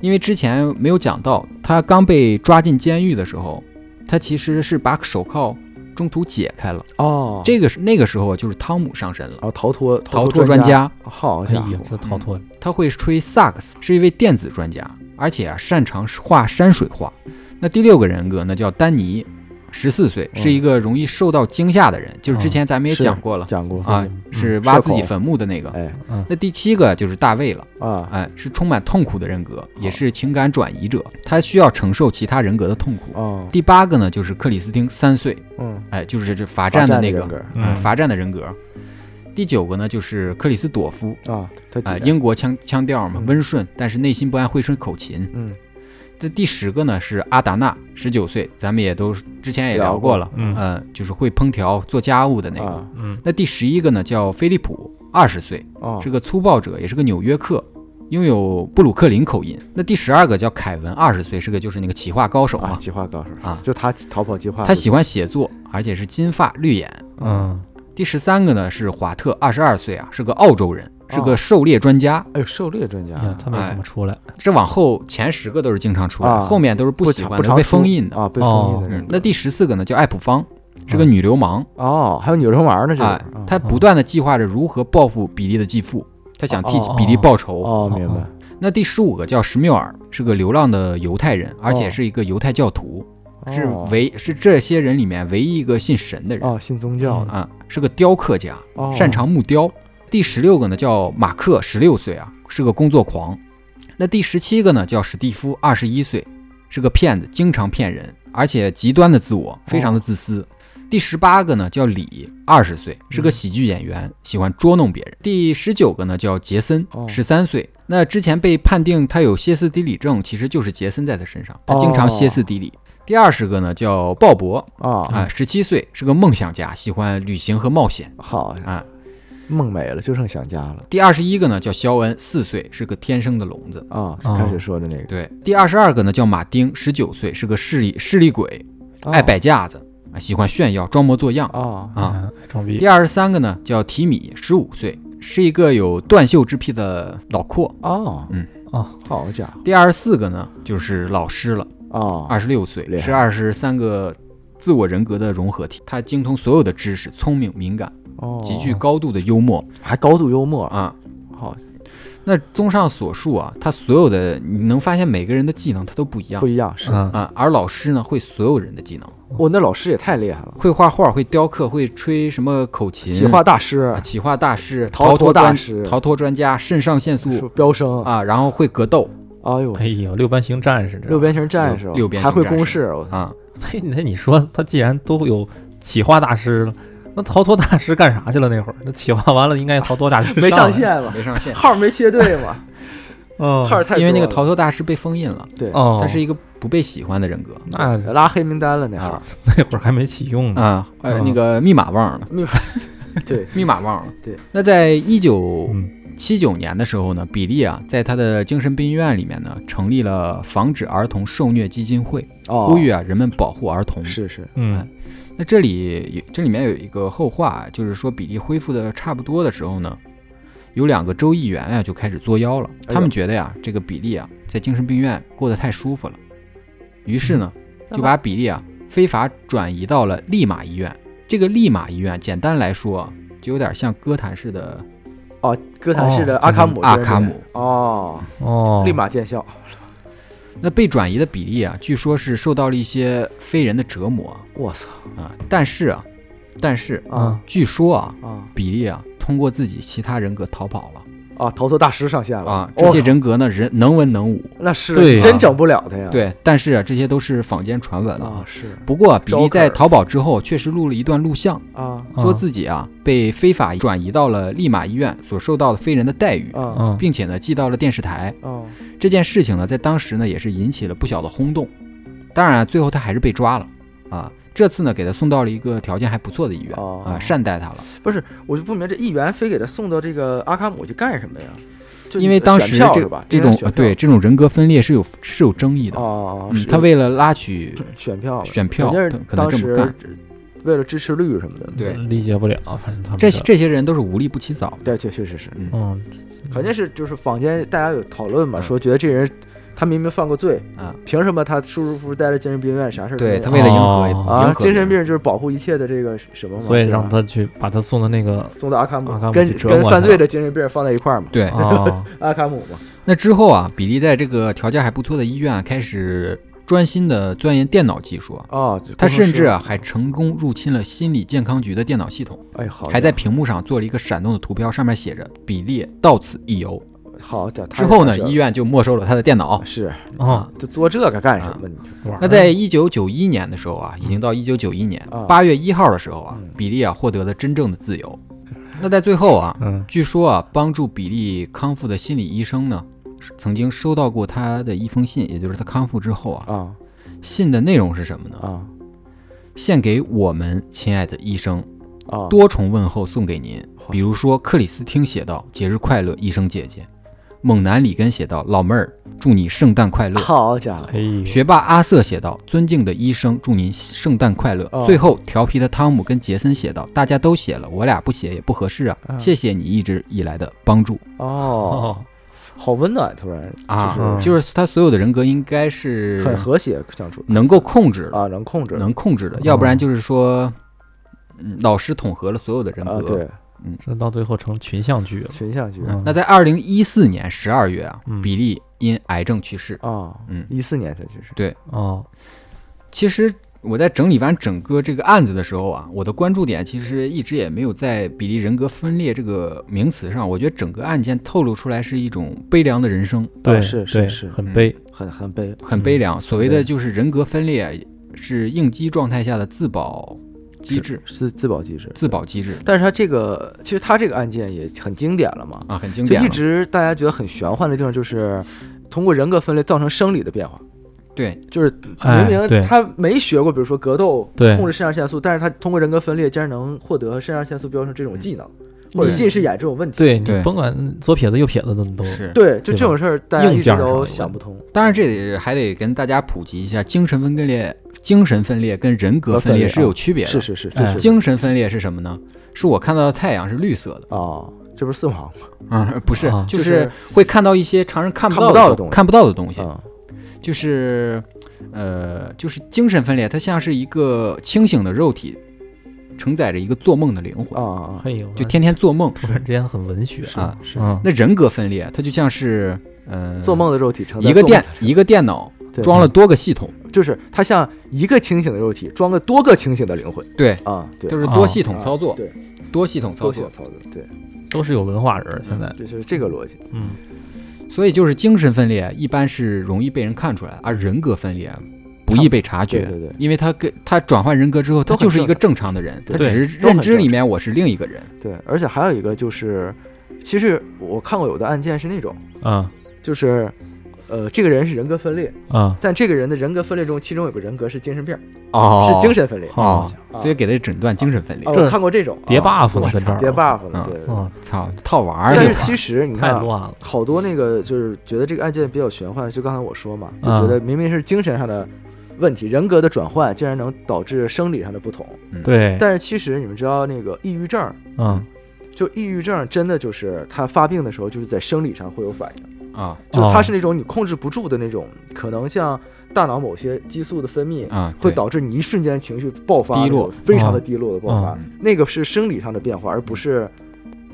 Speaker 4: 因为之前没有讲到，他刚被抓进监狱的时候，他其实是把手铐中途解开了。
Speaker 5: 哦，
Speaker 4: 这个是那个时候就是汤姆上身了，
Speaker 5: 啊逃脱
Speaker 4: 逃脱
Speaker 5: 脱
Speaker 4: 专
Speaker 5: 家，
Speaker 4: 家，
Speaker 5: 好
Speaker 6: 哎
Speaker 5: 家
Speaker 6: 呀
Speaker 5: 伙，
Speaker 6: 这逃脱
Speaker 4: 他会吹萨克斯，是一位电子专家，而且啊擅长画山水画。那第六个人格呢叫丹尼，十四岁，是一个容易受到惊吓的人，就是之前咱们也
Speaker 5: 嗯是
Speaker 4: 讲过了
Speaker 5: 讲过嗯
Speaker 4: 啊，是挖自己坟墓的那个。
Speaker 5: 哎
Speaker 4: 那第七个就是大卫了，
Speaker 5: 啊
Speaker 4: 哎，是充满痛苦的人格，也是情感转移者，他需要承受其他人格的痛苦。
Speaker 5: 哦
Speaker 4: 第八个呢，就是克里斯汀三岁，
Speaker 5: 嗯，
Speaker 4: 哎，就是这罚站的那个，
Speaker 5: 人
Speaker 4: 哎，
Speaker 6: 嗯
Speaker 4: 罚站的人格。第九个呢，就是克里斯朵夫，
Speaker 5: 格啊，他
Speaker 4: 啊、
Speaker 5: 几个
Speaker 4: 英国腔腔调嘛，温顺，但是内心不安，会吹口琴。
Speaker 5: 嗯
Speaker 4: 这第十个呢是阿达纳，十九岁，咱们也都之前也聊过了，
Speaker 6: 嗯
Speaker 4: 呃，就是会烹调、做家务的那个。
Speaker 5: 啊
Speaker 6: 嗯
Speaker 4: 那第十一个呢叫菲利普，二十岁，
Speaker 5: 哦
Speaker 4: 是个粗暴者，也是个纽约客，拥有布鲁克林口音。那第十二个叫凯文，二十岁，是个就是那个企划高手嘛，
Speaker 5: 啊，计划高手
Speaker 4: 啊
Speaker 5: 就他逃跑计划，
Speaker 4: 他喜欢写作，而且是金发绿眼。
Speaker 6: 嗯
Speaker 4: 第十三个呢是华特，二十二岁啊，是个澳洲人，是个
Speaker 5: 哦
Speaker 4: 狩猎专家。
Speaker 5: 哎呦狩猎专家
Speaker 6: 呀，他没怎么出来，
Speaker 4: 这往后前十个都是经常出来，
Speaker 5: 啊
Speaker 4: 后面都是不喜
Speaker 5: 常
Speaker 4: 欢
Speaker 5: 不
Speaker 4: 的
Speaker 5: 常
Speaker 4: 被
Speaker 5: 出
Speaker 4: 封印的。
Speaker 5: 啊，被封印的
Speaker 4: 嗯
Speaker 5: 人，
Speaker 4: 那第十四个呢叫艾普芳，
Speaker 5: 嗯
Speaker 4: 是个女流氓，
Speaker 5: 哦，还有女人玩呢，这
Speaker 4: 哎
Speaker 5: 个啊，
Speaker 4: 她不断的计划着如何报复比利的继父，她想替
Speaker 6: 哦
Speaker 4: 比利报仇。
Speaker 5: 哦，明白
Speaker 4: 那第十五个叫史缪尔，是个流浪的犹太人，而且是一个犹太教徒，是
Speaker 5: 哦
Speaker 4: 唯是这些人里面唯一一个信神的人、
Speaker 5: 哦，信宗教的
Speaker 4: 啊，是个雕刻家，
Speaker 5: 哦，
Speaker 4: 擅长木雕。第十六个呢叫马克，十六岁啊，是个工作狂。那第十七个呢叫史蒂夫，二十一岁，是个骗子，经常骗人，而且极端的自
Speaker 5: 哦
Speaker 4: 我，非常的自私。第十八个呢叫李，二十
Speaker 5: 嗯
Speaker 4: 岁，是个喜剧演员，喜欢捉弄别人。第十九个呢叫杰森
Speaker 5: 哦，
Speaker 4: 十三岁。那之前被判定他有歇斯底里症，其实就是杰森在他身上，他经常歇斯底里。第二十个呢叫鲍勃
Speaker 5: 哦啊，
Speaker 4: 啊，十七岁，是个梦想家，喜欢旅行和冒险
Speaker 5: 好，
Speaker 4: 啊。
Speaker 5: 梦没了，就剩想家了
Speaker 4: 第二十一个呢叫肖恩，四岁，是个天生的聋子。
Speaker 5: 啊，
Speaker 6: 哦
Speaker 5: 开始说的那个
Speaker 4: 对，第二十二个呢叫马丁，十九岁，是个势力势力鬼，
Speaker 5: 哦
Speaker 4: 爱摆架子，啊，喜欢炫耀，装模作样
Speaker 5: 啊
Speaker 4: 啊。
Speaker 6: 嗯装逼
Speaker 4: 第二十三个呢叫提米，十五岁，是一个有断袖之癖的老阔。
Speaker 5: 哦
Speaker 4: 嗯
Speaker 6: 哦，
Speaker 5: 好家伙
Speaker 4: 第二十四个呢就是老师了，
Speaker 5: 哦，
Speaker 4: 二十六岁，
Speaker 5: 厉害
Speaker 4: 是二十三个自我人格的融合体，他精通所有的知识，聪明敏感，
Speaker 5: 哦
Speaker 4: 极具高度的幽默
Speaker 5: 还高度幽默，
Speaker 4: 啊。
Speaker 5: 好
Speaker 4: 那综上所述啊，他所有的你能发现每个人的技能他都不一样
Speaker 5: 不，一样是。
Speaker 6: 嗯
Speaker 4: 啊，而老师呢会所有人的技能，
Speaker 5: 我那老师也太厉害了，
Speaker 4: 会画画，会雕刻，会吹什么口琴，
Speaker 5: 企划大师
Speaker 4: 啊，企划大师，
Speaker 5: 逃脱
Speaker 4: 脱
Speaker 5: 大
Speaker 4: 专
Speaker 5: 师
Speaker 4: 逃脱专家，肾上腺
Speaker 5: 是
Speaker 4: 素
Speaker 5: 飙升，
Speaker 4: 啊，然后会格斗
Speaker 5: 哎呦，
Speaker 6: 哎呦，六边形战士这 [laughs]
Speaker 5: 六边形战士，
Speaker 4: 六六边形
Speaker 5: 还会
Speaker 4: 战士
Speaker 5: 公式，我
Speaker 4: 啊，
Speaker 6: 那那你说他既然都有企划大师了，那逃脱大师干啥去了？那会儿 [laughs] 那企划完了，应该逃脱大师
Speaker 5: 没上
Speaker 6: 上来，
Speaker 5: 线嘛，
Speaker 4: 没上线，
Speaker 5: 号没切对嘛，
Speaker 6: 嗯，
Speaker 5: 号 [laughs] 太多了
Speaker 4: 因为那个逃脱大师被封印了，
Speaker 5: 对，
Speaker 6: 哦，
Speaker 4: 他是一个不被喜欢的人格
Speaker 6: 那
Speaker 5: 拉黑名单了那号
Speaker 4: 啊，
Speaker 6: 那会儿还没启用呢，
Speaker 4: 啊，呃，
Speaker 6: 嗯
Speaker 4: 那个密码忘了，
Speaker 5: [laughs] 对，
Speaker 4: 密码忘了。
Speaker 5: 对，
Speaker 4: 那在一九
Speaker 6: 嗯
Speaker 4: 七九年的时候呢，比利啊，在他的精神病院里面呢，成立了防止儿童受虐基金会，
Speaker 5: 哦，
Speaker 4: 呼吁啊人们保护儿童。
Speaker 5: 是是，
Speaker 6: 嗯
Speaker 4: 那这里这里面有一个后话，就是说比利恢复的差不多的时候呢，有两个州议员啊就开始作妖了，
Speaker 5: 哎呦
Speaker 4: 他们觉得呀、这个比利啊在精神病院过得太舒服了，于是呢
Speaker 5: 嗯
Speaker 4: 就把比利啊非法转移到了利马医院。这个利马医院简单来说啊就有点像哥谭市的
Speaker 5: 哦，哥谭市的阿卡姆，
Speaker 4: 阿卡姆，。
Speaker 5: 哦，
Speaker 6: 哦，
Speaker 5: 立马见效，
Speaker 4: 那被转移的比利啊，据说是受到了一些非人的折磨
Speaker 5: 我操
Speaker 4: 啊，但是啊，但是
Speaker 5: 啊
Speaker 4: 据说啊，
Speaker 5: 啊
Speaker 4: 比利啊通过自己其他人格逃跑了。
Speaker 5: 啊！头头大师上线了
Speaker 4: 啊，这些
Speaker 5: 哦
Speaker 4: 人格呢，人能文能武，
Speaker 5: 那是
Speaker 6: 对
Speaker 5: 真整不了他呀，
Speaker 4: 对，但是啊，这些都是坊间传闻
Speaker 5: 啊
Speaker 4: 了。
Speaker 5: 是
Speaker 4: 不过，比利在
Speaker 5: Joker
Speaker 4: 逃跑之后，确实录了一段录像，
Speaker 5: 啊
Speaker 6: 啊
Speaker 4: 说自己啊被非法转移到了利马医院所受到的非人的待遇，
Speaker 5: 啊
Speaker 6: 嗯，
Speaker 4: 并且呢寄到了电视台。
Speaker 5: 哦
Speaker 4: 这件事情呢，在当时呢也是引起了不小的轰动。当然啊，最后他还是被抓了啊。这次呢，给他送到了一个条件还不错的医院
Speaker 5: 哦
Speaker 4: 啊，善待他了。
Speaker 5: 不是，我就不明白这议员非给他送到这个阿卡姆去干什么呀？就
Speaker 4: 因为当时
Speaker 5: 选票是
Speaker 4: 这
Speaker 5: 吧
Speaker 4: 这
Speaker 5: 应该
Speaker 4: 种啊
Speaker 5: 是选票
Speaker 4: 对这种人格分裂是有是有争议的。
Speaker 5: 哦，
Speaker 4: 嗯
Speaker 5: 是，
Speaker 4: 他为了拉取
Speaker 5: [clears throat] 选票吧
Speaker 4: 选票
Speaker 5: 人
Speaker 4: 他
Speaker 5: 家
Speaker 4: 可能
Speaker 5: 当
Speaker 4: 这
Speaker 5: 时
Speaker 4: 么干
Speaker 5: 为了支持率什么的，
Speaker 4: 对
Speaker 6: 理解不了，反正他们
Speaker 4: 这些这些人都是无利不起早的。
Speaker 5: 对，确确实是，
Speaker 6: 嗯
Speaker 5: 肯定是就是坊间大家有讨论嘛，
Speaker 4: 嗯
Speaker 5: 说觉得这人他明明犯过罪，
Speaker 4: 啊，
Speaker 5: 凭什么他舒舒服服待在精神病院，啥事儿都没
Speaker 4: 对
Speaker 5: 有
Speaker 4: 他为了迎合迎
Speaker 6: 哦
Speaker 4: 合
Speaker 5: 啊，
Speaker 4: 别
Speaker 5: 精
Speaker 4: 人
Speaker 5: 神病就是保护一切的这个什么嘛，
Speaker 6: 所以
Speaker 5: 对吧
Speaker 6: 让他去把他送到那个
Speaker 5: 送到阿卡姆
Speaker 6: 阿卡，姆
Speaker 5: 跟
Speaker 6: 去折磨
Speaker 5: 跟
Speaker 6: 他
Speaker 5: 犯罪的精神病放在一块儿嘛，
Speaker 4: 对，
Speaker 6: 啊
Speaker 5: 阿卡姆嘛，
Speaker 4: 那之后啊，比利在这个条件还不错的医院开始专心的钻研电脑技术啊。
Speaker 5: 哦，
Speaker 4: 他
Speaker 5: 工程
Speaker 4: 甚至
Speaker 5: 师
Speaker 4: 啊还成功入侵了心理健康局的电脑系统，
Speaker 5: 哎好
Speaker 4: 还在
Speaker 5: 家
Speaker 4: 屏幕上做了一个闪动的图标，上面写着“比列到此一游
Speaker 5: 伙好家”。伙
Speaker 4: 之后呢，
Speaker 5: 他
Speaker 4: 医院就没收了他的电脑。
Speaker 5: 是
Speaker 6: [laughs] 啊，
Speaker 5: 这做这个干
Speaker 4: 啊
Speaker 5: 什么？你说
Speaker 6: 玩儿
Speaker 4: 那在一九九一年的时候啊，已经到一九九一年
Speaker 5: 啊
Speaker 4: 八月一号的时候啊
Speaker 5: 嗯，
Speaker 4: 比利啊获得了真正的自由。那在最后啊，
Speaker 6: 嗯
Speaker 4: 据说啊，帮助比利康复的心理医生呢，是曾经收到过他的一封信，也就是他康复之后啊，
Speaker 5: 啊
Speaker 4: 信的内容是什么呢？
Speaker 5: 啊
Speaker 4: 献给我们亲爱的医生，
Speaker 5: 啊！
Speaker 4: 多重问候送给您。
Speaker 5: 好
Speaker 4: 比如说，克里斯汀写道：“节日快乐，医生姐姐。”猛男里根写道：“老妹儿，祝你圣诞快乐。”
Speaker 5: 好家伙，
Speaker 6: 哎呦，
Speaker 4: 学霸阿瑟写道：“尊敬的医生，祝您圣诞快乐。
Speaker 5: 哦
Speaker 4: 最后，调皮的汤姆跟杰森写道：“大家都写了，我俩不写也不合适啊。
Speaker 5: 啊
Speaker 4: 谢谢你一直以来的帮助 [laughs]
Speaker 5: 哦，
Speaker 6: 哦，
Speaker 5: 好温暖，突然
Speaker 4: 啊！
Speaker 5: 就是
Speaker 4: 就是他所有的人格应该是
Speaker 5: 很和谐相处
Speaker 4: 能够控制的，
Speaker 5: 啊，嗯能控制
Speaker 4: 能控制的，要不然就是说，嗯，老师统合了所有的人
Speaker 5: 啊，
Speaker 4: 格。
Speaker 5: 对，
Speaker 6: 这到最后成群像剧了。
Speaker 5: 群像剧
Speaker 6: 嗯
Speaker 4: 那在二零一四年十二月啊，
Speaker 6: 嗯
Speaker 4: 比利因癌症去世。
Speaker 5: 啊，
Speaker 4: 嗯
Speaker 5: 一四年才去世
Speaker 6: 哦，
Speaker 4: 其实我在整理完整个这个案子的时候啊，我的关注点其实一直也没有在比利人格分裂这个名词上。我觉得整个案件透露出来是一种悲凉的人生，
Speaker 6: 对，
Speaker 5: 是是
Speaker 6: 对
Speaker 5: 是
Speaker 6: 很悲。
Speaker 5: 很很悲
Speaker 4: 很悲凉。
Speaker 5: 嗯
Speaker 4: 所谓的就是人格分裂是应激状态下的自保机制，
Speaker 5: 自自保机制，
Speaker 4: 自保机制
Speaker 5: 但是他这个其实他这个案件也很经典了嘛，
Speaker 4: 啊，很经
Speaker 5: 就
Speaker 4: 典了。
Speaker 5: 一直大家觉得很玄幻的地方就是通过人格分裂造成生理的变化。
Speaker 4: 对
Speaker 5: 就是
Speaker 6: 哎
Speaker 5: 明明
Speaker 6: 对
Speaker 5: 他没学过，比如说格斗
Speaker 6: 对
Speaker 5: 控制肾上腺素，但是他通过人格分裂竟然能获得肾上腺素飙升这种技能，或者
Speaker 4: 对
Speaker 5: 近视眼这种问题。
Speaker 6: 对你
Speaker 4: 对
Speaker 6: 甭管左撇子右撇子怎么都
Speaker 4: 是。
Speaker 5: 对，就
Speaker 6: 对吧
Speaker 5: 这种事儿大家一
Speaker 6: 硬
Speaker 5: 直
Speaker 6: 件上
Speaker 5: 都
Speaker 6: 有
Speaker 5: 想不通。
Speaker 4: 当然，这里还得跟大家普及一下，精神分裂、精神分裂跟人格分裂是有区别的。
Speaker 5: 是是是，
Speaker 6: 哎
Speaker 5: 这是
Speaker 4: 精神分裂是什么呢？是我看到的太阳是绿色的，
Speaker 5: 啊，这不是四皇吗？
Speaker 4: 嗯，不是，
Speaker 6: 啊
Speaker 4: 就
Speaker 5: 就是
Speaker 4: 是会看到一些常人看
Speaker 5: 看不
Speaker 4: 到
Speaker 5: 到
Speaker 4: 的
Speaker 5: 的东西
Speaker 4: 看不到的东西，
Speaker 5: 啊
Speaker 4: 就是，呃，就是精神分裂，它像是一个清醒的肉体，承载着一个做梦的灵
Speaker 5: 啊
Speaker 4: 魂，
Speaker 5: 啊
Speaker 6: 哎呦，
Speaker 4: 就
Speaker 6: [laughs]
Speaker 4: 天天做梦
Speaker 6: 突然之间很文学
Speaker 4: 啊。
Speaker 5: 是
Speaker 6: 嗯
Speaker 4: 那人格分裂，它就像是，呃，
Speaker 5: 做梦的肉体承载
Speaker 4: 一个
Speaker 5: 做梦
Speaker 4: 电一个电脑
Speaker 5: 对
Speaker 4: 装了多个系统，
Speaker 5: 就是它像一个清醒的肉体装个多个清醒的灵魂
Speaker 4: 对，
Speaker 5: 啊，对，
Speaker 4: 就是是多系统操作，
Speaker 5: 对，
Speaker 4: 多系统操
Speaker 5: 多性
Speaker 4: 作，
Speaker 5: 操作，对，
Speaker 6: 都是有文化人，现在
Speaker 5: 这就是这个逻辑。
Speaker 6: 嗯
Speaker 4: 所以就是精神分裂一般是容易被人看出来，而人格分裂不易被察觉，
Speaker 5: 对对对
Speaker 4: 因为他跟他转换人格之后，他
Speaker 5: 都很
Speaker 4: 就是一个正常的人，他
Speaker 5: 对
Speaker 4: 只是
Speaker 5: 都很
Speaker 4: 认知里面我是另一个人，
Speaker 5: 对，而且还有一个就是，其实我看过有的案件是那种，
Speaker 6: 啊
Speaker 5: 就是，呃，这个人是人格分裂，
Speaker 6: 啊，
Speaker 5: 但这个人的人格分裂中，其中有个人格是精神病，
Speaker 4: 哦
Speaker 5: 是精神分裂。啊，
Speaker 6: 好
Speaker 4: 哦
Speaker 6: 家，
Speaker 5: 伙
Speaker 4: 所以给他诊断精神分裂
Speaker 5: 我
Speaker 6: 这
Speaker 5: 看过这种
Speaker 6: 叠
Speaker 5: 啊
Speaker 6: buff
Speaker 4: 我
Speaker 6: 呢，跟这
Speaker 4: 操
Speaker 6: 儿
Speaker 5: 叠 buff 呢，
Speaker 4: 嗯
Speaker 5: 对对。对
Speaker 6: 啊，
Speaker 4: 操，套娃儿
Speaker 5: 但
Speaker 4: 那
Speaker 5: 是
Speaker 4: 块儿
Speaker 5: 其实你
Speaker 6: 太
Speaker 5: 看啊，
Speaker 6: 乱了，
Speaker 5: 好多那个就是觉得这个案件比较玄幻，就刚才我说嘛，
Speaker 4: 嗯
Speaker 5: 就
Speaker 6: 啊
Speaker 5: 觉得明明是精神上的问题，人格的转换竟然能导致生理上的不同。
Speaker 6: 对，
Speaker 5: 但是其实你们知道，那个抑郁症，
Speaker 6: 嗯，
Speaker 5: 就抑郁症真的就是他发病的时候，就是在生理上会有反应。
Speaker 4: 啊
Speaker 5: 就是它
Speaker 6: 哦
Speaker 5: 是那种你控制不住的那种，可能像大脑某些激素的分泌
Speaker 4: 啊，
Speaker 5: 会
Speaker 4: 对
Speaker 5: 导致你一瞬间情绪爆发，
Speaker 4: 低落
Speaker 5: 非常的低落的爆发
Speaker 4: 哦嗯，
Speaker 5: 那个是生理上的变化，而不是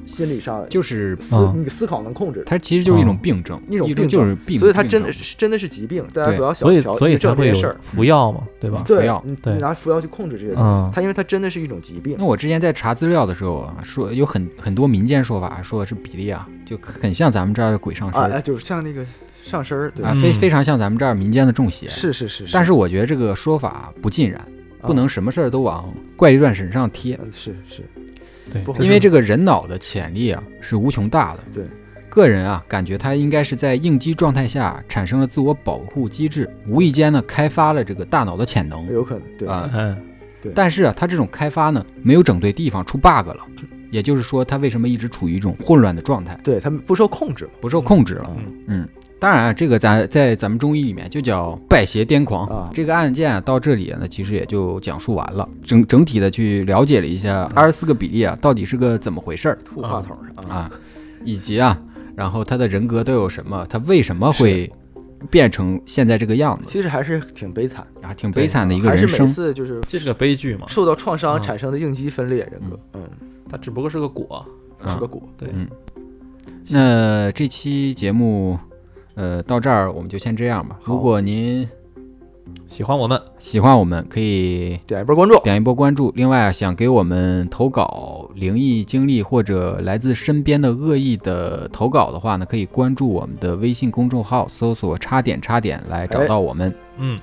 Speaker 5: 心理上
Speaker 4: 就是
Speaker 5: 思
Speaker 6: 嗯
Speaker 5: 你思考能控制的。
Speaker 4: 它其实就是一种
Speaker 6: 哦
Speaker 4: 病症，
Speaker 5: 一种病
Speaker 4: 就是病，
Speaker 5: 所以它真的
Speaker 4: 病症
Speaker 5: 是真的是疾病，大家
Speaker 4: 对
Speaker 5: 不要小
Speaker 6: 所以
Speaker 5: 瞧
Speaker 6: 所
Speaker 5: 抑
Speaker 6: 以
Speaker 5: 郁
Speaker 6: 才
Speaker 5: 症这
Speaker 6: 会
Speaker 5: 些
Speaker 6: 有
Speaker 5: 事儿。
Speaker 6: 服药嘛，对吧？
Speaker 4: 服
Speaker 5: 对
Speaker 4: 药，
Speaker 5: 你
Speaker 6: 对
Speaker 5: 你拿服药去控制这些东西
Speaker 6: 嗯，
Speaker 5: 它因为它真的是一种疾病
Speaker 4: 那。我之前在查资料的时候啊，说有很很多民间说法，说是比利啊，就很像咱们这儿的鬼上身
Speaker 5: 啊，
Speaker 4: 儿
Speaker 5: 哎，就是像那个上身儿，对
Speaker 4: 啊，
Speaker 5: 吧？
Speaker 4: 非
Speaker 6: 嗯
Speaker 4: 非常像咱们这儿民间的中邪。
Speaker 5: 是是是，
Speaker 4: 但是我觉得这个说法不尽然，
Speaker 5: 啊
Speaker 4: 不能什么事儿都往怪力乱神上贴，
Speaker 5: 嗯是是
Speaker 6: 对
Speaker 5: 不，会
Speaker 4: 因为这个人脑的潜力啊是无穷大的。
Speaker 5: 对，
Speaker 4: 个人啊感觉他应该是在应激状态下产生了自我保护机制，无意间呢开发了这个大脑的潜能
Speaker 5: 有可能对
Speaker 4: 啊、
Speaker 6: 嗯，
Speaker 4: 但是啊他这种开发呢没有整对地方，出 bug 了。也就是说，他为什么一直处于一种混乱的状态，
Speaker 5: 对，它不受控制
Speaker 4: 不受控制了？
Speaker 5: 嘛。啊
Speaker 4: 嗯，当然啊，这个咱在咱们中医里面就叫拜邪癫狂。
Speaker 5: 啊
Speaker 4: 这个案件啊到这里呢，其实也就讲述完了，整整体的去了解了一下二十四个比例啊到底是个怎么回事儿
Speaker 5: 吐话筒上啊
Speaker 4: 啊，以及啊，然后他的人格都有什么，他为什么会变成现在这个样
Speaker 5: 嗯
Speaker 4: 子
Speaker 5: 其实还是挺悲惨，
Speaker 4: 啊，挺悲惨的一个
Speaker 5: 还
Speaker 4: 人
Speaker 5: 是每
Speaker 4: 生。嗯
Speaker 5: 次就是
Speaker 6: 这是个悲剧嘛，
Speaker 5: 受到创伤产生的应激分裂人格，嗯，
Speaker 6: 它只不过是个果，
Speaker 4: 啊
Speaker 5: 是个果，
Speaker 6: 对
Speaker 4: 嗯那这期节目，呃，到这儿我们就先这样吧。
Speaker 5: 好
Speaker 4: 如果您
Speaker 6: 喜欢我们，
Speaker 4: 喜欢我们可以
Speaker 5: 点一波关注，
Speaker 4: 点一波关注。另外啊，想给我们投稿灵异经历或者来自身边的恶意的投稿的话呢，可以关注我们的微信公众号，搜索“叉点叉点”来
Speaker 5: 哎
Speaker 4: 找到我们。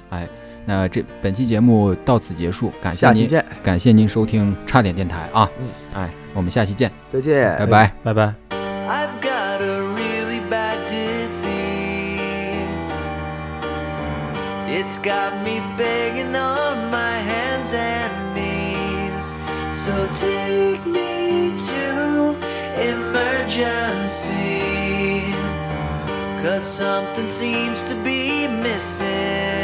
Speaker 4: 哎
Speaker 6: 嗯，
Speaker 4: 那这本期节目到此结束，感谢
Speaker 5: 下期
Speaker 4: 您，
Speaker 5: 见，
Speaker 4: 感谢您收听叉点电台啊！
Speaker 5: 嗯哎
Speaker 4: 哎，我们下期见，
Speaker 5: 再见，
Speaker 4: 拜拜。
Speaker 6: 拜拜。
Speaker 7: I've got a really bad disease. It's got me begging on my hands and knees. So take me to emergency. Cause something seems to be missing.